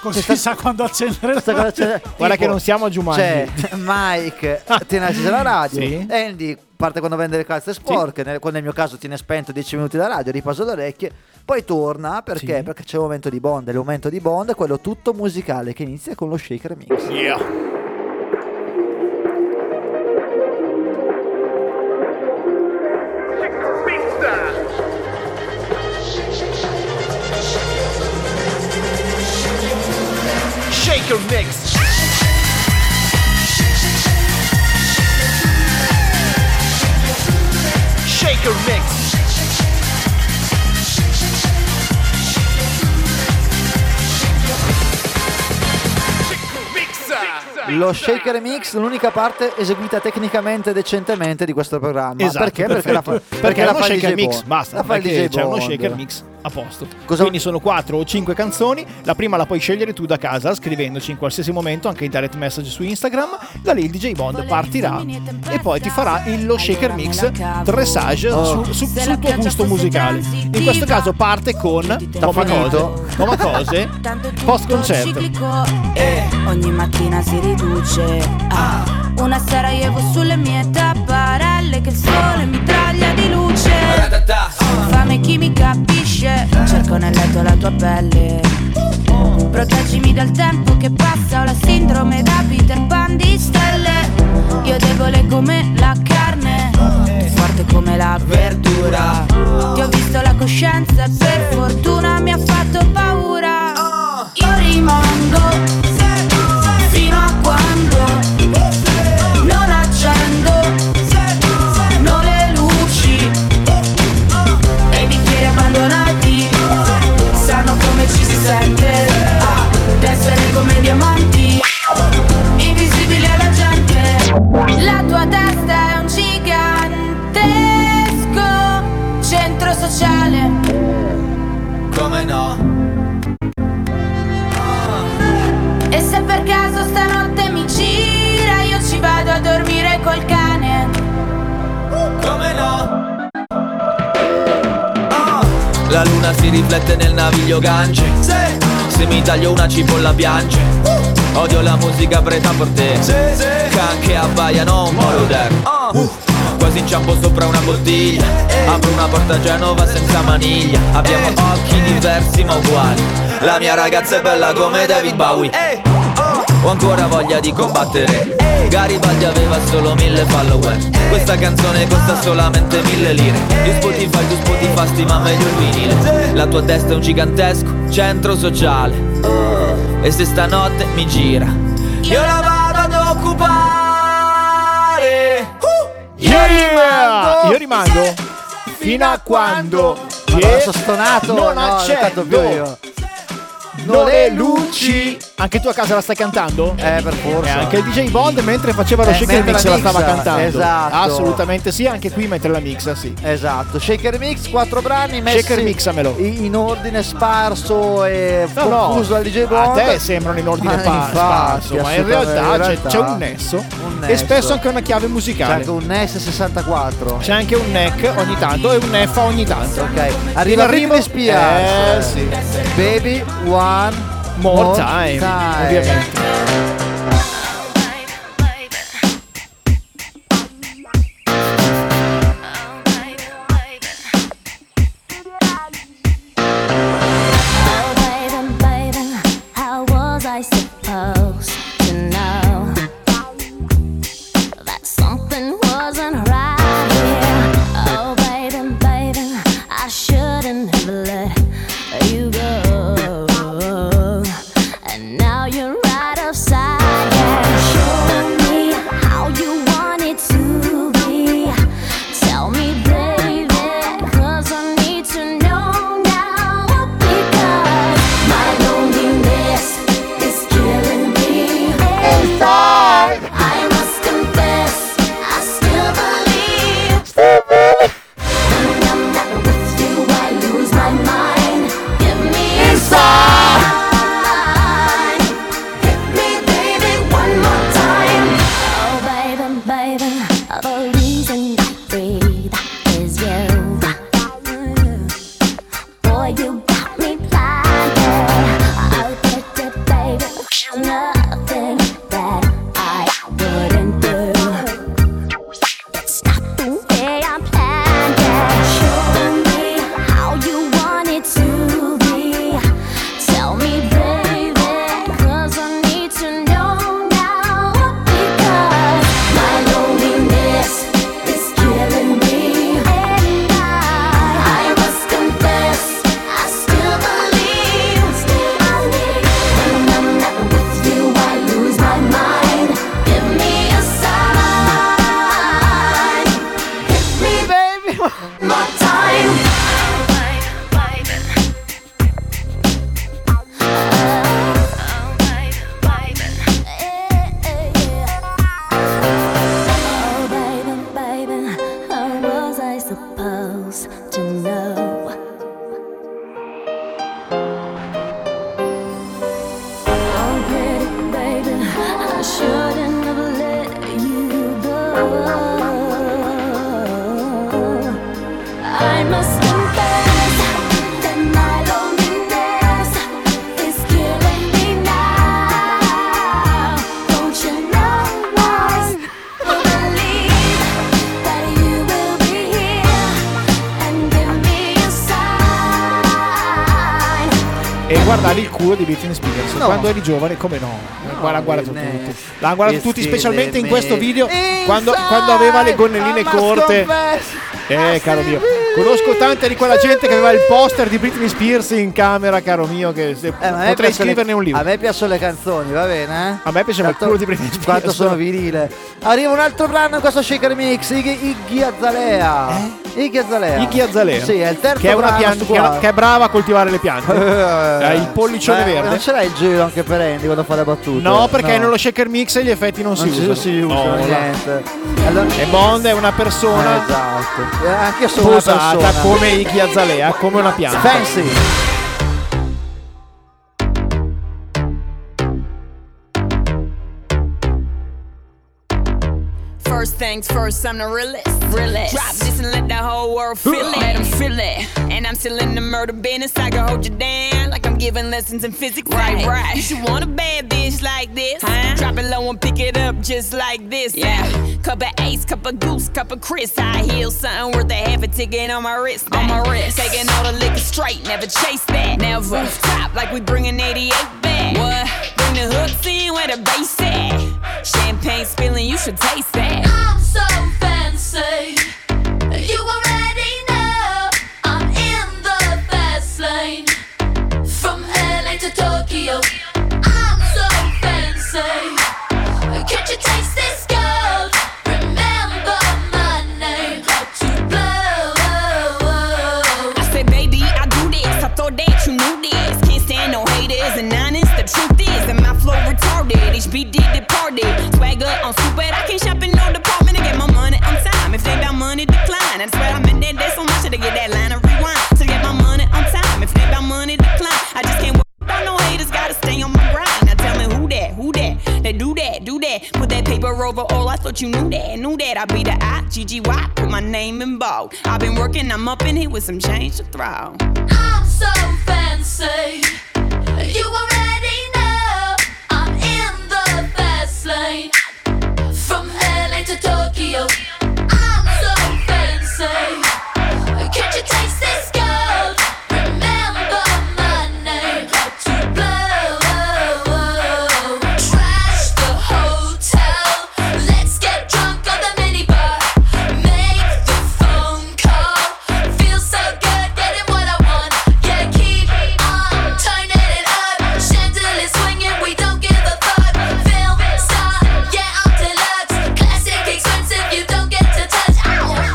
Così sa quando accendere la
Questa cosa c'è- tipo,
Guarda che non siamo a Jumanji.
C'è Mike, tiene accesa la radio.
Sì.
Andy parte quando vende le calze sporche. Nel, quando nel mio caso tiene spento 10 minuti la radio, riposa le orecchie. Poi torna perché?
Sì.
Perché c'è il momento di Bond. E il momento di Bond è quello tutto musicale che inizia con lo shaker mix.
Shaker Mix. Shaker Mix.
Lo shaker mix, l'unica parte eseguita tecnicamente e decentemente di questo programma.
Esatto,
perché? Perché
perfetto.
la fa,
Perché
perché
è
la
uno
fa il
shaker
DJ
mix,
Bond.
basta,
La fa il
non è che
DJ
c'è uno
Bond.
shaker mix a posto.
Cosa-
Quindi sono 4 o 5 canzoni, la prima la puoi scegliere tu da casa scrivendoci in qualsiasi momento anche in direct message su Instagram, da lì il DJ Bond partirà e poi ti farà il lo shaker mix dressage
Oh.
su- su- sul tuo gusto musicale. In questo caso parte con Nuova
finito?
Cose, Nuova Cose, post concerto.
ciclico e ogni mattina si riduce a una seraievo sulle mie tapparelle che il sole mi traglia di luce. Fame chi mi capisce, cerco nel letto la tua pelle. Proteggimi dal tempo che passa, ho la sindrome da Peter Pan di stelle. Io debole come la carne, tu forte come la verdura. Ti ho visto la coscienza e per fortuna mi ha fatto paura. Io rimango fino a quando non accendo non le luci e i bicchieri abbandonati sanno come ci si sente ah, d'essere come diamanti invisibili alla gente la tua testa è un gigantesco centro sociale
Come no?
E se per caso stanotte mi gira, io ci vado a dormire col cane.
Come no?
Ah.
La luna si riflette nel naviglio Gange Se mi taglio una cipolla piange Odio la musica preta per te Can che abbaiano Moroder Uh. Quasi inciampo sopra una bottiglia Apro una porta a Genova senza maniglia Abbiamo occhi diversi ma uguali La mia ragazza è bella come David Bowie Ho ancora voglia di combattere Garibaldi aveva solo mille follower Questa canzone costa solamente mille lire Io Spotify, tu Spotify, stima meglio il vinile La tua testa è un gigantesco centro sociale E se stanotte mi gira Io la vado ad occupare
Io rimango, io rimango fino a quando
Madonna,
che
sono stonato,
non
no, ho cantato più
accendo
io.
non le luci. Anche tu a casa la stai cantando?
Eh, per forza.
E anche il DJ Bond mentre faceva lo
Eh,
shaker
mentre
mix
la
la stava
mixa,
cantando.
esatto.
Assolutamente sì, anche qui mentre la mixa, sì.
Esatto, Shaker Mix, quattro brani messi
Shaker mixamelo.
i- in ordine sparso e
No, no,
confuso al DJ
a
Bond.
te sembrano in ordine
Ma
pa-
Ah, infatti,
sparso, ma in
assolutamente, in
realtà, c'è-
realtà
c'è un nesso,
un
e
nesso.
spesso anche una chiave
C'è
musicale.
anche un NES 64.
C'è anche un neck ogni tanto e un neffa ogni tanto.
Ok, arriva
Il
Britney Spears.
Eh, sì.
Baby One
More time, ovviamente.
Oh, baby, baby, how was I supposed to know that something wasn't right here? Oh, baby, baby, I shouldn't have let you go, and now you're right of
Oh, Oh,
guardare il culo di Britney Spears
No.
quando eri giovane, come no? Guarda, guardano tutti. L'hanno guardato tutti,
Excuse
specialmente in
me.
questo video, quando, quando aveva le gonnelline corte. Eh, caro mio, conosco tanta di quella gente che aveva il poster di Britney Spears in camera, caro mio, che se-
Eh, ma a me
potrei
piacciono le-
scriverne un libro.
A me piacciono le canzoni, va bene? eh?
A me piaceva il culo di Britney Spears.
Quanto sono virile. Arriva un altro brano in questo Shaker Mix, Iggy, Iggy Azalea. Iggy Azalea.
Eh? Iggy Azalea.
Sì, è il terzo
che è, una
brano
pianta,
su qua.
che, che è brava a coltivare le piante. Eh, il pollicione
Ma Non
verde.
ce l'hai il giro anche per Andy quando fa le battute?
No, perché nello shaker mix gli effetti non, si
ci-
usano.
si usano,
No, la-
niente.
E Bond è una persona.
Esatto. anche io sono una
posata
persona.
come Iggy Azalea, come una pianta.
Fancy.
First things first, I'm the realest. realest. Drop this and let the whole world feel it. Let 'em feel it. And I'm still in the murder business. I can hold you down like I'm giving lessons in physics. Right, right. You should want a bad bitch like this. Drop it low and pick it up just like this. Yeah. Cup of ace, cup of goose, cup of Chris. I heal something worth a half a ticket on my wrist. On my wrist. Taking all the liquor straight. Never chase that. Never. Stop like we bringing 88 back. What? Bring the hooks in where the bass at. Champagne spilling, you should taste that.
I'm so fancy. You already know I'm in the fast lane. From LA to Tokyo. I'm so fancy. Can't you taste this gold? Remember my name. Hope to blow.
I said, baby, I do this. I thought that you knew this. Can't stand no haters and honest. The truth is that my flow retarded. HB did departed. Swagger on super. I can't shop in no department and get my money on time. If they got money, decline. That's where I'm in that day so much to get that line of rewind. To get my money on time. If they got money, decline. I just can't. worry about no haters gotta stay on my grind. Now tell me who that, who that, they do that, do that. Put that paper over all, I thought you knew that, knew that. I be the I, GGY, put my name in bold. I've been working, I'm up in here with some change to throw.
I'm so fancy. You already know I'm in the fast lane. From LA to Tokyo, I'm so fancy. Can't you taste this gold? Remember my name. Got to blow. Trash the hotel. Let's get drunk on the minibar. Make the phone call. Feel so good getting what I want. Yeah, keep on turning it up. Chandelier swinging, we don't give a fuck. Film star, yeah, I'm deluxe. Classic, expensive, you don't get to touch. Ow.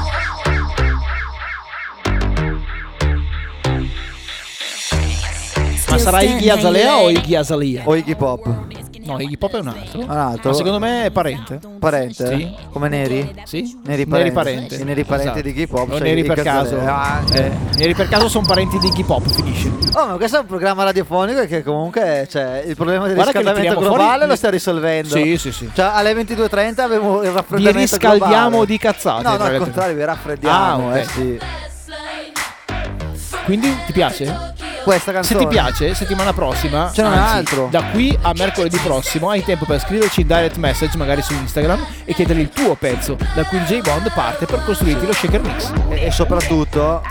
Ma sarà Iggy Azalea o Iggy Azalea? O
Iggy Pop?
No, Iggy Pop è un altro.
Un altro?
Ma secondo me è parente.
Esatto. Parente?
Sì.
Come Neri?
Sì.
Neri
Neri
parenti.
parente.
I neri parenti
Esatto.
di Iggy Pop.
O
cioè
neri
Iggy
per caso.
Azalea. Ah,
Eh, neri per caso sono parenti di Iggy Pop, finisce.
Oh, ma questo è un programma radiofonico che comunque cioè, il problema del
Guarda che lo
riscaldamento
tiriamo
globale
fuori.
lo sta risolvendo.
Sì, sì, sì.
Cioè, alle 22.30 abbiamo il
Vi
raffreddamento.
riscaldiamo
globale.
di cazzate.
No, no,
tra
al
l'altro.
contrario, vi raffreddiamo.
Ah, ok.
eh, sì.
Quindi ti piace?
Questa canzone.
Se ti piace, settimana prossima,
Ce n'è un
anzi,
altro.
Da qui a mercoledì prossimo hai tempo per scriverci in direct message, magari su Instagram, e chiedere il tuo pezzo, da cui J Bond parte per costruirti lo shaker mix.
E, e soprattutto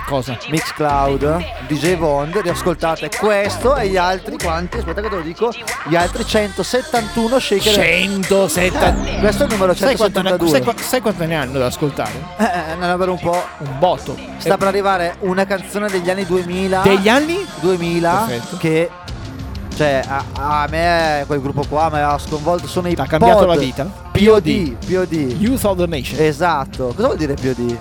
Mixcloud, DJ Bond, riascoltate questo e gli altri quanti, aspetta che te lo dico, gli altri 171 shaker.
170.
Eh, questo è il numero
Sai quanto ne-
172.
sai qua- sai quanto ne hanno da ascoltare?
Eh, eh, ne avrò un po'.
Un botto.
Sta
Eh.
per arrivare una canzone degli anni 2000.
Degli anni?
2000.
Perfetto.
Che. Cioè, a, a me quel gruppo qua mi ha sconvolto. Sono i T'ha
cambiato la vita?
POD. POD.
Youth of the Nation.
Esatto. Cosa vuol dire POD?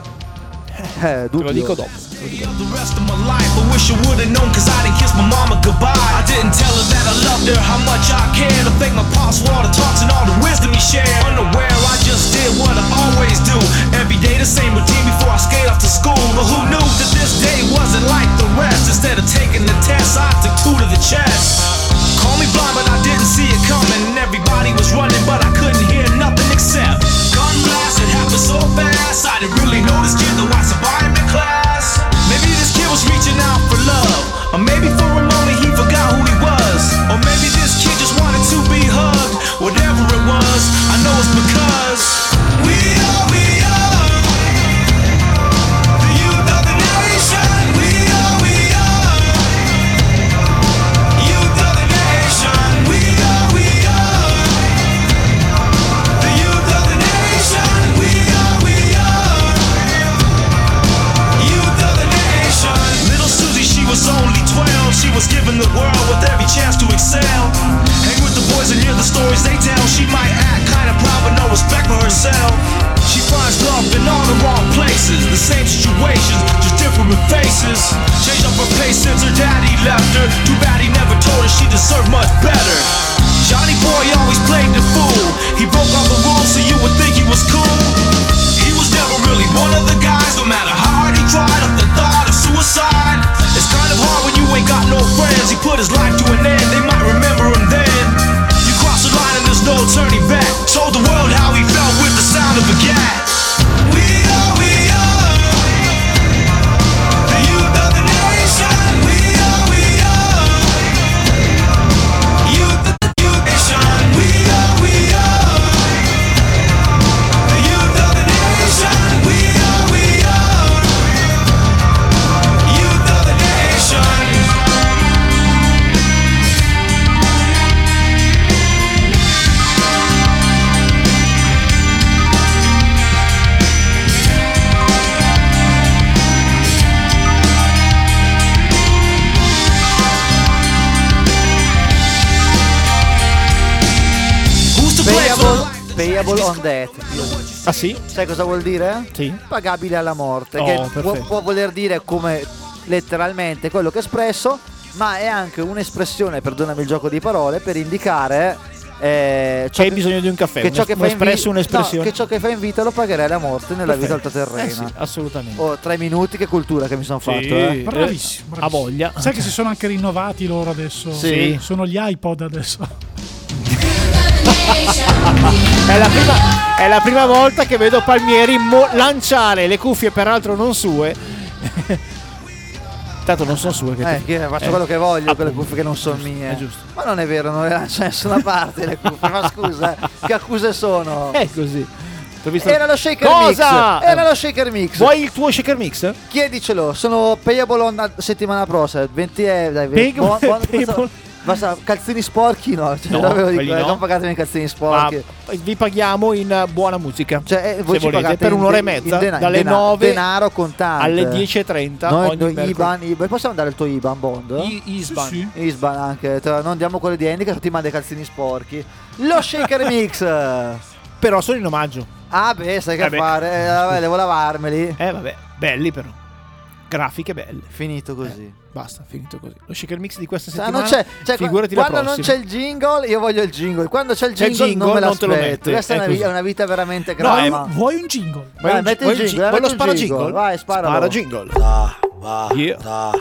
Eh, dubbio.
Te lo dico dopo.
The rest of my life, I wish I would've known, cause I didn't kiss my mama goodbye. I didn't tell her that I loved her, how much I cared. I thank my pops for all the talks and all the wisdom he shared. Unaware, I just did what I always do. Every day, the same routine before I skate off to school. But who knew that this day wasn't like the rest? Instead of taking the test, I took two to the chest. Call me blind, but I didn't see it coming. And everybody was running, but I couldn't hear nothing except gun blast. It happened so fast, I didn't really know this kid that I survived in class. Maybe this kid was reaching out for love, or maybe for a moment he forgot who he was, or maybe this kid just wanted to be hugged. Whatever it was, I know it's because we are, we are the youth of the nation. We are, we are. You herself. She finds love in all the wrong places. The same situations, just different faces. Changed up her pace since her daddy left her. Too bad he never told her she deserved much better. Johnny Boy always played the fool. He broke all the rules so you would think he was cool. He was never really one of the guys, no matter how hard he tried. Up the thought of suicide. It's kind of hard when you ain't got no friends. He put his life to an end. They might remember him then. You cross the line and there's no turning back. Told the world how he felt with the sound of a gat. We are, we are the youth of the nation. We are, we are youth of the youth nation. We are, we are the youth of the nation. We are, we are youth of the nation. Who's to blame for
Payable, payable on death.
Ah sì?
Sai cosa vuol dire?
Sì.
Pagabile alla morte.
Oh,
che può,
perfetto.
può voler dire come letteralmente quello che è espresso, ma è anche un'espressione, perdonami il gioco di parole, per indicare eh, ciò
C'hai bisogno di un caffè.
che ciò che, fai in vi-
espresso un'espressione.
no, che ciò che fai in vita lo pagherai la morte nella
Perfetto.
vita oltreterrena.
Eh sì, assolutamente.
Oh, tre minuti, che cultura che mi sono fatto. eh.
Bravissimo, bravissimo.
A voglia.
Sai che si sono anche rinnovati loro adesso?
Sì.
Sono gli iPod adesso.
È la, prima, è la prima volta che vedo Palmieri mo- lanciare le cuffie, peraltro non sue. Tanto non sono sue. Che Ah,
Eh, che faccio quello che voglio, quelle cuffie che non sono mie. Ma non è vero, non le lancio da nessuna parte le cuffie. ma scusa, eh, che accuse sono?
È così. T'ho visto-
Era lo shaker
Cosa? Eh.
mix. Era lo shaker mix.
Vuoi il tuo shaker mix?
Chiedicelo, sono payable on la settimana prossima. 20 euro. Dai,
Pay-
buon- buon-
payable.
basta- basta, calzini sporchi no. Cioè,
No,
davvero dico,
quelli
eh,
no.
Non pagatemi i calzini
Ma
sporchi.
vi paghiamo in eh, buona musica.
Cioè, voi
se
ci
volete,
pagate
per
in
un'ora e
de- in
mezza,
dena-
dalle
denaro-
9
denaro contante.
alle 10.30.
Noi,
ogni
noi
mercoledì.
IBAN, IBAN, possiamo dare il tuo IBAN Bond?
I- ISBAN. Sì,
ISBAN anche, Tra- non diamo quello di Andy che ti manda i calzini sporchi. Lo shaker mix!
Però sono in omaggio.
Ah beh, sai che
Eh beh.
fare, Eh, vabbè, devo lavarmeli.
Eh vabbè, belli però. Grafiche belle. Eh,
Finito così.
basta, finito così. Lo shaker mix di questa
Ah,
settimana.
non c'è, cioè,
figurati
quando
la
non
prossima.
c'è il jingle, io voglio il jingle. Quando c'è il
C'è Cioè, il
jingle,
jingle,
non me
non te lo
l'aspetto.
metti,
Questa è
è
una, vi-
così.
è una vita veramente
No,
grave.
è-
Vuoi un jingle?
Dai, metti il jingle, dai,
Quello
metti il
spara
jingle.
jingle.
Vai, sparalo.
Spara jingle.
va,
Yeah.
da,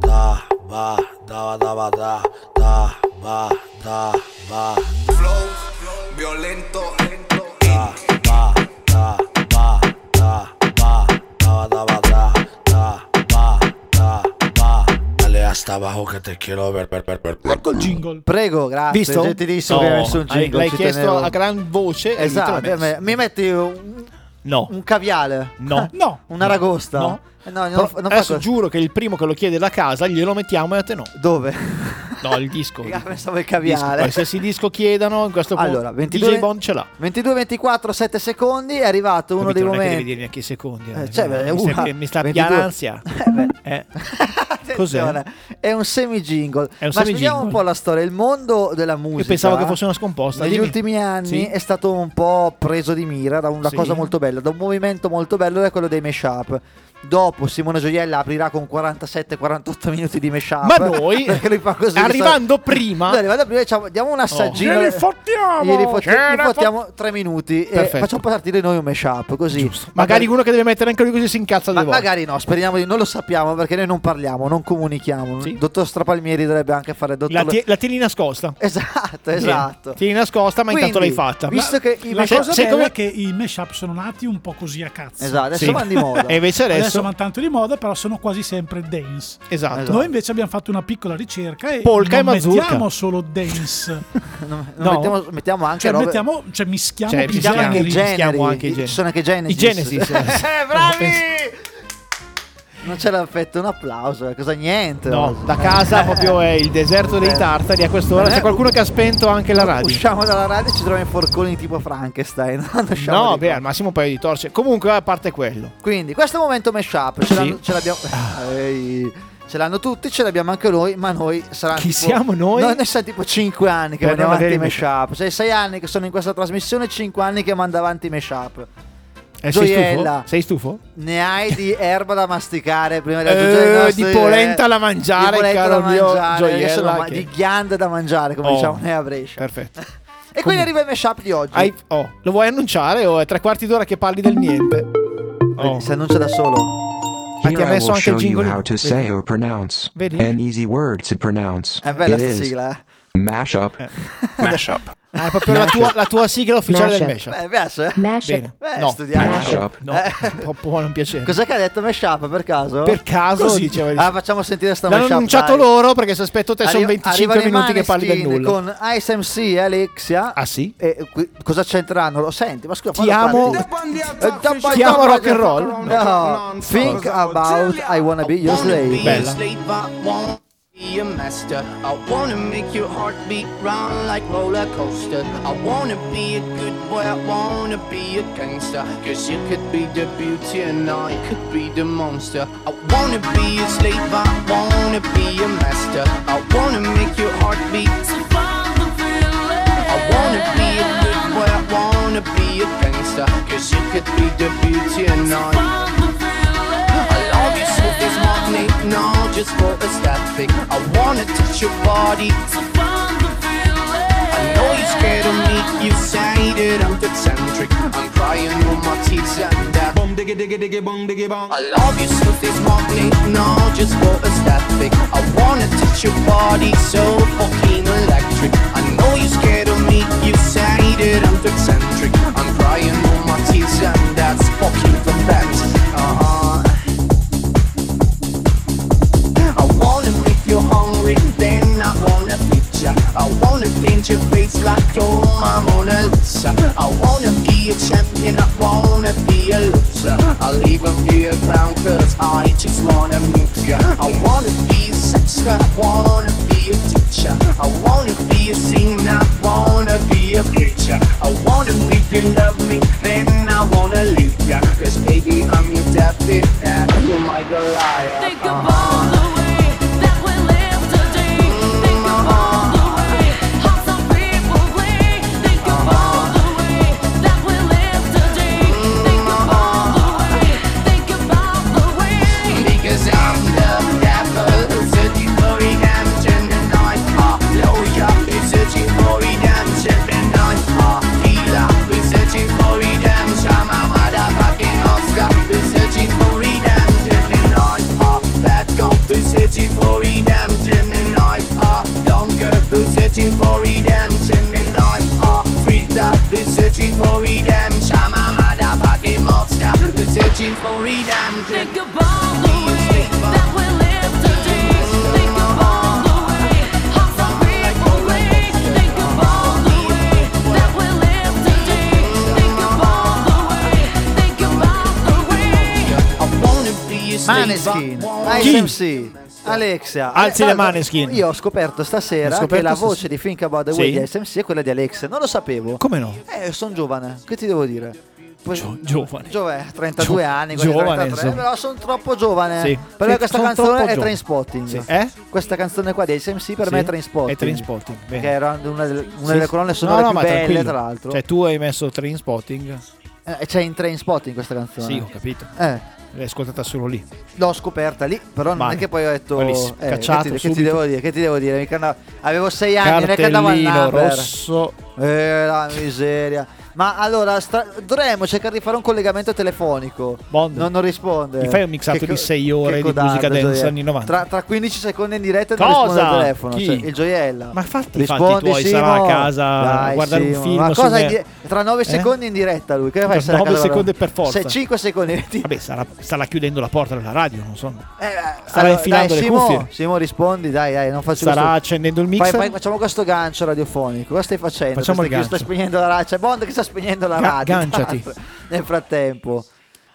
da, da, va, da, da, va, da, da, va, da, va. Flow violento, da, va, da, va, da, va, da, da, va, da, da, va, da, va. Dale hasta abajo que te quiero ver, ver, ver, ver.
Ecco
Col jingle.
Prego, grazie.
Visto?
Gentilissimo che
No,
hai messo un
hai-
jingle.
l'hai
ci
chiesto
tenevo.
a gran voce e
Esatto.
lì te l'ha messo.
eh, Mi metti un,
No.
un caviale.
No.
no. Un'aragosta.
No.
Eh, no, non
Però
fa- non fa
adesso
così.
giuro che il primo che lo chiede da casa glielo mettiamo e a te no.
Dove?
No, il disco.
Ah, pensavo il
Disco,
caviale.
qualsiasi disco chiedano, in questo punto
Allora, 22
DJ Bond ce l'ha.
22, 24, 7 secondi. È arrivato uno
Capito?
dei
non è che
momenti.
devi dirmi a che secondi.
Eh,
eh.
cioè, beh,
mi, sta,
uh,
pi- mi sta
22.
pigliando ansia. Eh. Cos'è?
Attenzione, È un semi-jingle.
È un
Ma spieghiamo
semi-jingle.
un po' la storia. Il mondo della musica. eh.
Io pensavo che fosse una scomposta.
Negli
dimmi.
ultimi anni Eh,
Sì.
è stato un po' preso di mira da una
Sì.
cosa molto bella, da un movimento molto bello, è quello dei mashup. Dopo Simone Gioiella aprirà con 47-48 minuti di mashup.
Ma noi,
perché lui fa così,
arrivando
sai?
prima-
Noi arrivando prima, diciamo, diamo
Oh.
un assaggino.
Glieli fottiamo!
Glieli fot-
Ce ne
gli fottiamo tre minuti
Perfetto.
e facciamo partire noi un mashup, così.
Magari uno che deve mettere anche lui così si incazza
Ma
due volte.
magari no, speriamo di non lo sappiamo perché noi non parliamo, non comunichiamo. Il Dottor Strapalmieri dovrebbe anche fare dottor
La, tie- la tieni nascosta.
Esatto, esatto.
Tieni nascosta, ma intanto l'hai
Quindi,
fatta.
Visto
Ma-
che i
La
mashup-
cosa
se-
bella
come-
è che i mashup sono nati un po' così a cazzo.
Esatto, adesso Sì. vanno di moda.
E invece adesso-
vanno tanto di moda, però sono quasi sempre dance.
Esatto.
Noi invece abbiamo fatto una piccola ricerca e
Polka
non
e mazurka.
mettiamo solo dance.
no, Mettiamo, mettiamo anche
Cioè,
robe-
mettiamo, cioè mischiamo
Cioè,
più
mischiamo anche i
generi.
generi.
anche i
I-
generi.
Ci sono anche i Genesis.
I Genesis.
Eh, bravi! Non ce l'ha fatto un applauso, eh, cosa niente.
No,
oggi.
da casa proprio è il deserto dei tartari a quest'ora.
Eh.
C'è qualcuno che ha spento anche la radio.
Usciamo dalla radio e ci troviamo in forconi tipo Frankenstein. Non usciamo
No,
di
beh,
qua.
al massimo un paio di torce. Comunque, a parte quello.
Quindi, questo è il momento mashup. Ce, l'ha-
Sì. Ah.
ce l'abbiamo. Ehi, Ce l'hanno tutti, ce l'abbiamo anche noi, ma noi
Ah,
saranno
Chi
tipo-
siamo noi? Eh,
Noi, siamo tipo 5 anni che
Per
mandiamo
non
avanti
avere
i
il
mashup. Cioè 6 anni che sono in questa trasmissione, 5 anni che manda avanti i mashup.
Eh, sei
Gioiella.
stufo? Sei stufo?
Ne hai di erba da masticare prima di
Eh,
aggiungere i nostri- eh,
di polenta da mangiare,
di polenta
caro
da
mio
mangiare, io sono
Gioiella,
ma-
che-
di ghiande da mangiare, come
Oh,
diciamo noi a Brescia.
Perfetto.
E quindi arriva il mashup di oggi.
Hai- oh, lo vuoi annunciare o è tre quarti d'ora che parli del niente? Oh.
Si annuncia da solo.
Ma ti
Here
ha
I
messo
will
anche il
show you
jingle.
how to say or pronounce
Vedi?
an easy word to pronounce.
È bella
It
sta
is
sigla,
Mashup. Mashup.
Ah, è proprio la tua, la tua sigla ufficiale del mashup.
Beh, Eh, piace?
Bene.
Beh,
no.
studiamo.
Mashup.
No, può, può non piacere.
Cos'è che ha detto mashup per caso?
Per caso, Così. diceva di sì.
Ah, facciamo sentire sta
L'hanno
mashup.
annunciato
dai.
loro perché se aspetto te sono
Arri-
25
arrivano i
minuti che parli del
Maneskin
nulla.
Con Ice MC e Alexia.
Ah sì?
E eh, qui- cosa c'enteranno? Lo senti? Ma scusa,
Ti amo-
quando
Ti amo rock and roll?
No. Think about I wanna be your slave.
Be a slave, I won't be a master. I wanna make your heartbeat run like roller coaster. I wanna be a good boy, I wanna be a gangster. Cause you could be the beauty and I could be the monster. I wanna be a slave, I wanna be a master. I wanna make your heartbeat. I wanna be a good boy, I wanna be a gangster. Cause you could be the beauty and I I love you so this morning, no, just for aesthetic. I wanna touch your body. I know you're scared of me, you say that I'm eccentric. I'm crying on my teeth and that. Bum diggy diggy diggy bum diggy bum. I love you so this morning, no, just for aesthetic. I wanna touch your body, so fucking electric. I know you're scared of me, you say that I'm eccentric. I'm crying on my teeth and that's fucking the best. Uh-huh. I wanna make you hungry, then I wanna feed ya. I wanna paint your face like your Mona Lisa. I wanna be a champion, I wanna be a loser. I'll even be a clown, cause I just wanna move ya. I wanna be a sexter, I wanna be a teacher. I wanna be a singer, I wanna be a preacher. I wanna make you love me, then I wanna leave ya. Cause baby, I'm your deputy, and you're my Goliath. Think about Because I'm the devil, searching for redemption, and I'm a lawyer, searching for redemption, and I'm a healer, searching for redemption, I'm a motherfucking Oscar, searching for redemption, and I'm a bad cop, searching for redemption, and I'm a longer, searching for redemption, and I'm a freezer, searching for redemption, I'm a motherfucking monster, searching for redemption. Think about the way that we live today. Think about the way how some people live. Think about the way that we live today. Think about the way. Think about the way. I wanna be a
Maneskin,
Chi?
Ice MC. Alexia,
Alzi
Eh,
le
guarda,
Maneskin.
Io ho scoperto stasera
Ho scoperto
che la
stas-
voce di Think About the Way
Sì.
di Ice MC è quella di Alexia. Non lo sapevo.
Come no?
Eh, sono giovane, che ti devo dire? Poi-
giovane.
Giovane, 32
Gio-
anni, quasi
giovane,
33,
insomma.
però sono troppo giovane.
Sì.
Per me
Sì,
questa
sono
canzone
troppo
è
giovane.
Trainspotting.
Sì. Eh?
Questa canzone qua di SMC per
Sì.
me è Trainspotting.
È Trainspotting, bene.
Che era una delle, una
Sì,
delle
sì.
colonne
No,
sonore
no,
più
ma
belle,
tranquillo.
tra l'altro.
Cioè, tu hai messo train spotting?
Eh, c'è in Trainspotting questa canzone.
Sì, ho capito.
Eh.
L'hai ascoltata solo lì.
L'ho scoperta lì, però non
Male.
è che poi ho detto.
Malissimo.
eh,
Cacciato
che, ti, che ti
subito.
devo dire? Che ti devo dire? Mica andavo- avevo sei anni, non è che andavo al
Cartellino
number.
rosso.
Eh, la miseria. Ma allora, stra- dovremmo cercare di fare un collegamento telefonico. Non, non risponde.
Mi fai un mixato di sei ore di
codardo,
musica dance
gioiello.
anni 90.
Tra, tra 15 secondi in diretta non
Cosa?
risponde al telefono.
Chi?
Cioè, il gioiella.
Ma fatti i fatti
Rispondi,
tuoi, sarà
Simo.
a casa
Dai,
a guardare
Simo,
un film.
Ma
su
cosa
me-
in dire- Tra 9
Eh?
secondi in diretta lui. Che fai?
Tra
sarà a
9
casa
secondi per
guardare?
forza.
Se 5 secondi Eh,
Vabbè, sarà, starà chiudendo la porta della radio, non so. Starà
Allora,
infilando
dai,
le
Simo,
cuffie.
Simo, rispondi, dai, eh. dai, non faccio
Starà
questo-
accendendo il
Poi-
mixer.
Poi, facciamo questo gancio radiofonico. Cosa stai facendo?
Facciamo
Stai-
il gancio.
Stai spegnendo la radio. C'è Bond che sta spegnendo la
Ga-
radio.
ganciati.
tanto, Nel frattempo.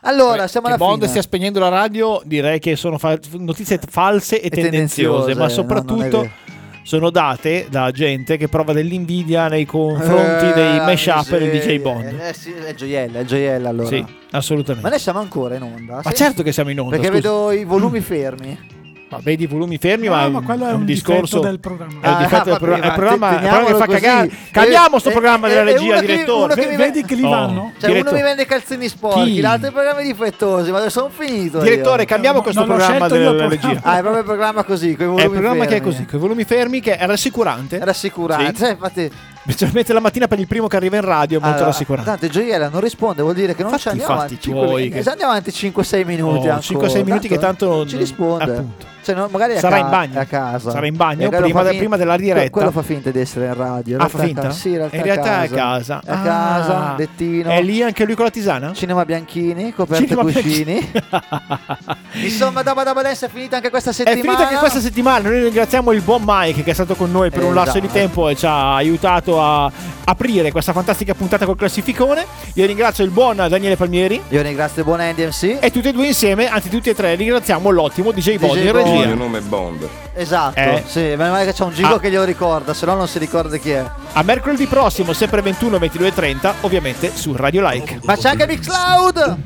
Allora,
Vabbè,
siamo
che
alla
Bond
fine.
stia spegnendo la radio, direi che sono fa- notizie t- false e, tendenziose,
tendenziose,
ma
no,
soprattutto
non è
sono date da gente che prova dell'invidia nei confronti
Eh,
dei
la
mashup e del DJ
miseria.
Bond.
Eh, sì, è gioiella, è gioiella allora.
Sì, assolutamente.
Ma noi siamo ancora in onda?
Ma
Sì.
certo che siamo in onda.
Perché
scusa.
vedo i volumi fermi.
Ma vedi i volumi fermi,
No,
ma,
ma quello è un
discorso
difetto del programma.
È un
Ah,
difetto del
vabbè,
programma. È
ma
il programma,
te-
il programma che fa
teniamolo
cagare.
così.
Cambiamo sto
Eh,
programma
eh,
della
eh,
regia,
uno che- uno
direttore.
che mi- Vedi che li vanno?
Cioè,
Diretto-
uno mi vende i calzini sporchi,
Chi?
l'altro i programmi difettosi, ma sono finito.
Direttore,
io.
cambiamo questo programma della regia.
Ah, è proprio il programma così, con i
È
volumi
il programma che è
fermi.
così, con i volumi fermi, che è rassicurante.
Rassicurante,
Sì.
eh, infatti.
Specialmente la mattina per il primo che arriva in radio, è molto
Allora,
rassicurante.
Tanto Gioiella non risponde, vuol dire che non ci andiamo
fatti
avanti.
tuoi
cinque-
che-
ci andiamo avanti 5-6 minuti.
Oh,
ancora. Esatto.
5-6 minuti che tanto
non
non-
ci risponde.
appunto.
Cioè, no, magari è a
Sarà
ca-
in bagno.
è a casa.
Sarà in bagno
E quello
prima
fa
de-
fin-
prima della diretta.
que- Quello fa finta di essere in radio. in
Ah,
realtà è
fa
a
finta?
casa. Sì, in realtà,
In realtà è a casa.
È a casa,
Ah.
lettino.
È lì anche lui con la tisana?
Cinema Bianchini, coperte e
Cinema
cuscini. Insomma, Dabba Dabba Dance è finita anche questa
È
settimana.
finita anche questa settimana, noi ringraziamo il buon Mike che è stato con noi per un lasso di
Esatto.
tempo e ci ha aiutato a aprire questa fantastica puntata col classificone. Io ringrazio il buon Daniele Palmieri.
Io ringrazio il buon Andy MC.
E tutti e due insieme, anzi tutti e tre, ringraziamo l'ottimo DJ Bond in
Bond.
regia.
Il mio
nome è Bond.
Esatto,
Eh.
sì, meno male che c'è un Gigo
Ah.
che glielo ricorda, se no non si ricorda chi è.
A mercoledì prossimo, sempre 21, 22 e 30, ovviamente su Radio Like.
Ma c'è anche Mixcloud!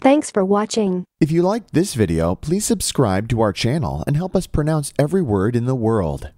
Thanks for watching.
If you liked this video, please subscribe to our channel and help us pronounce every word in the world.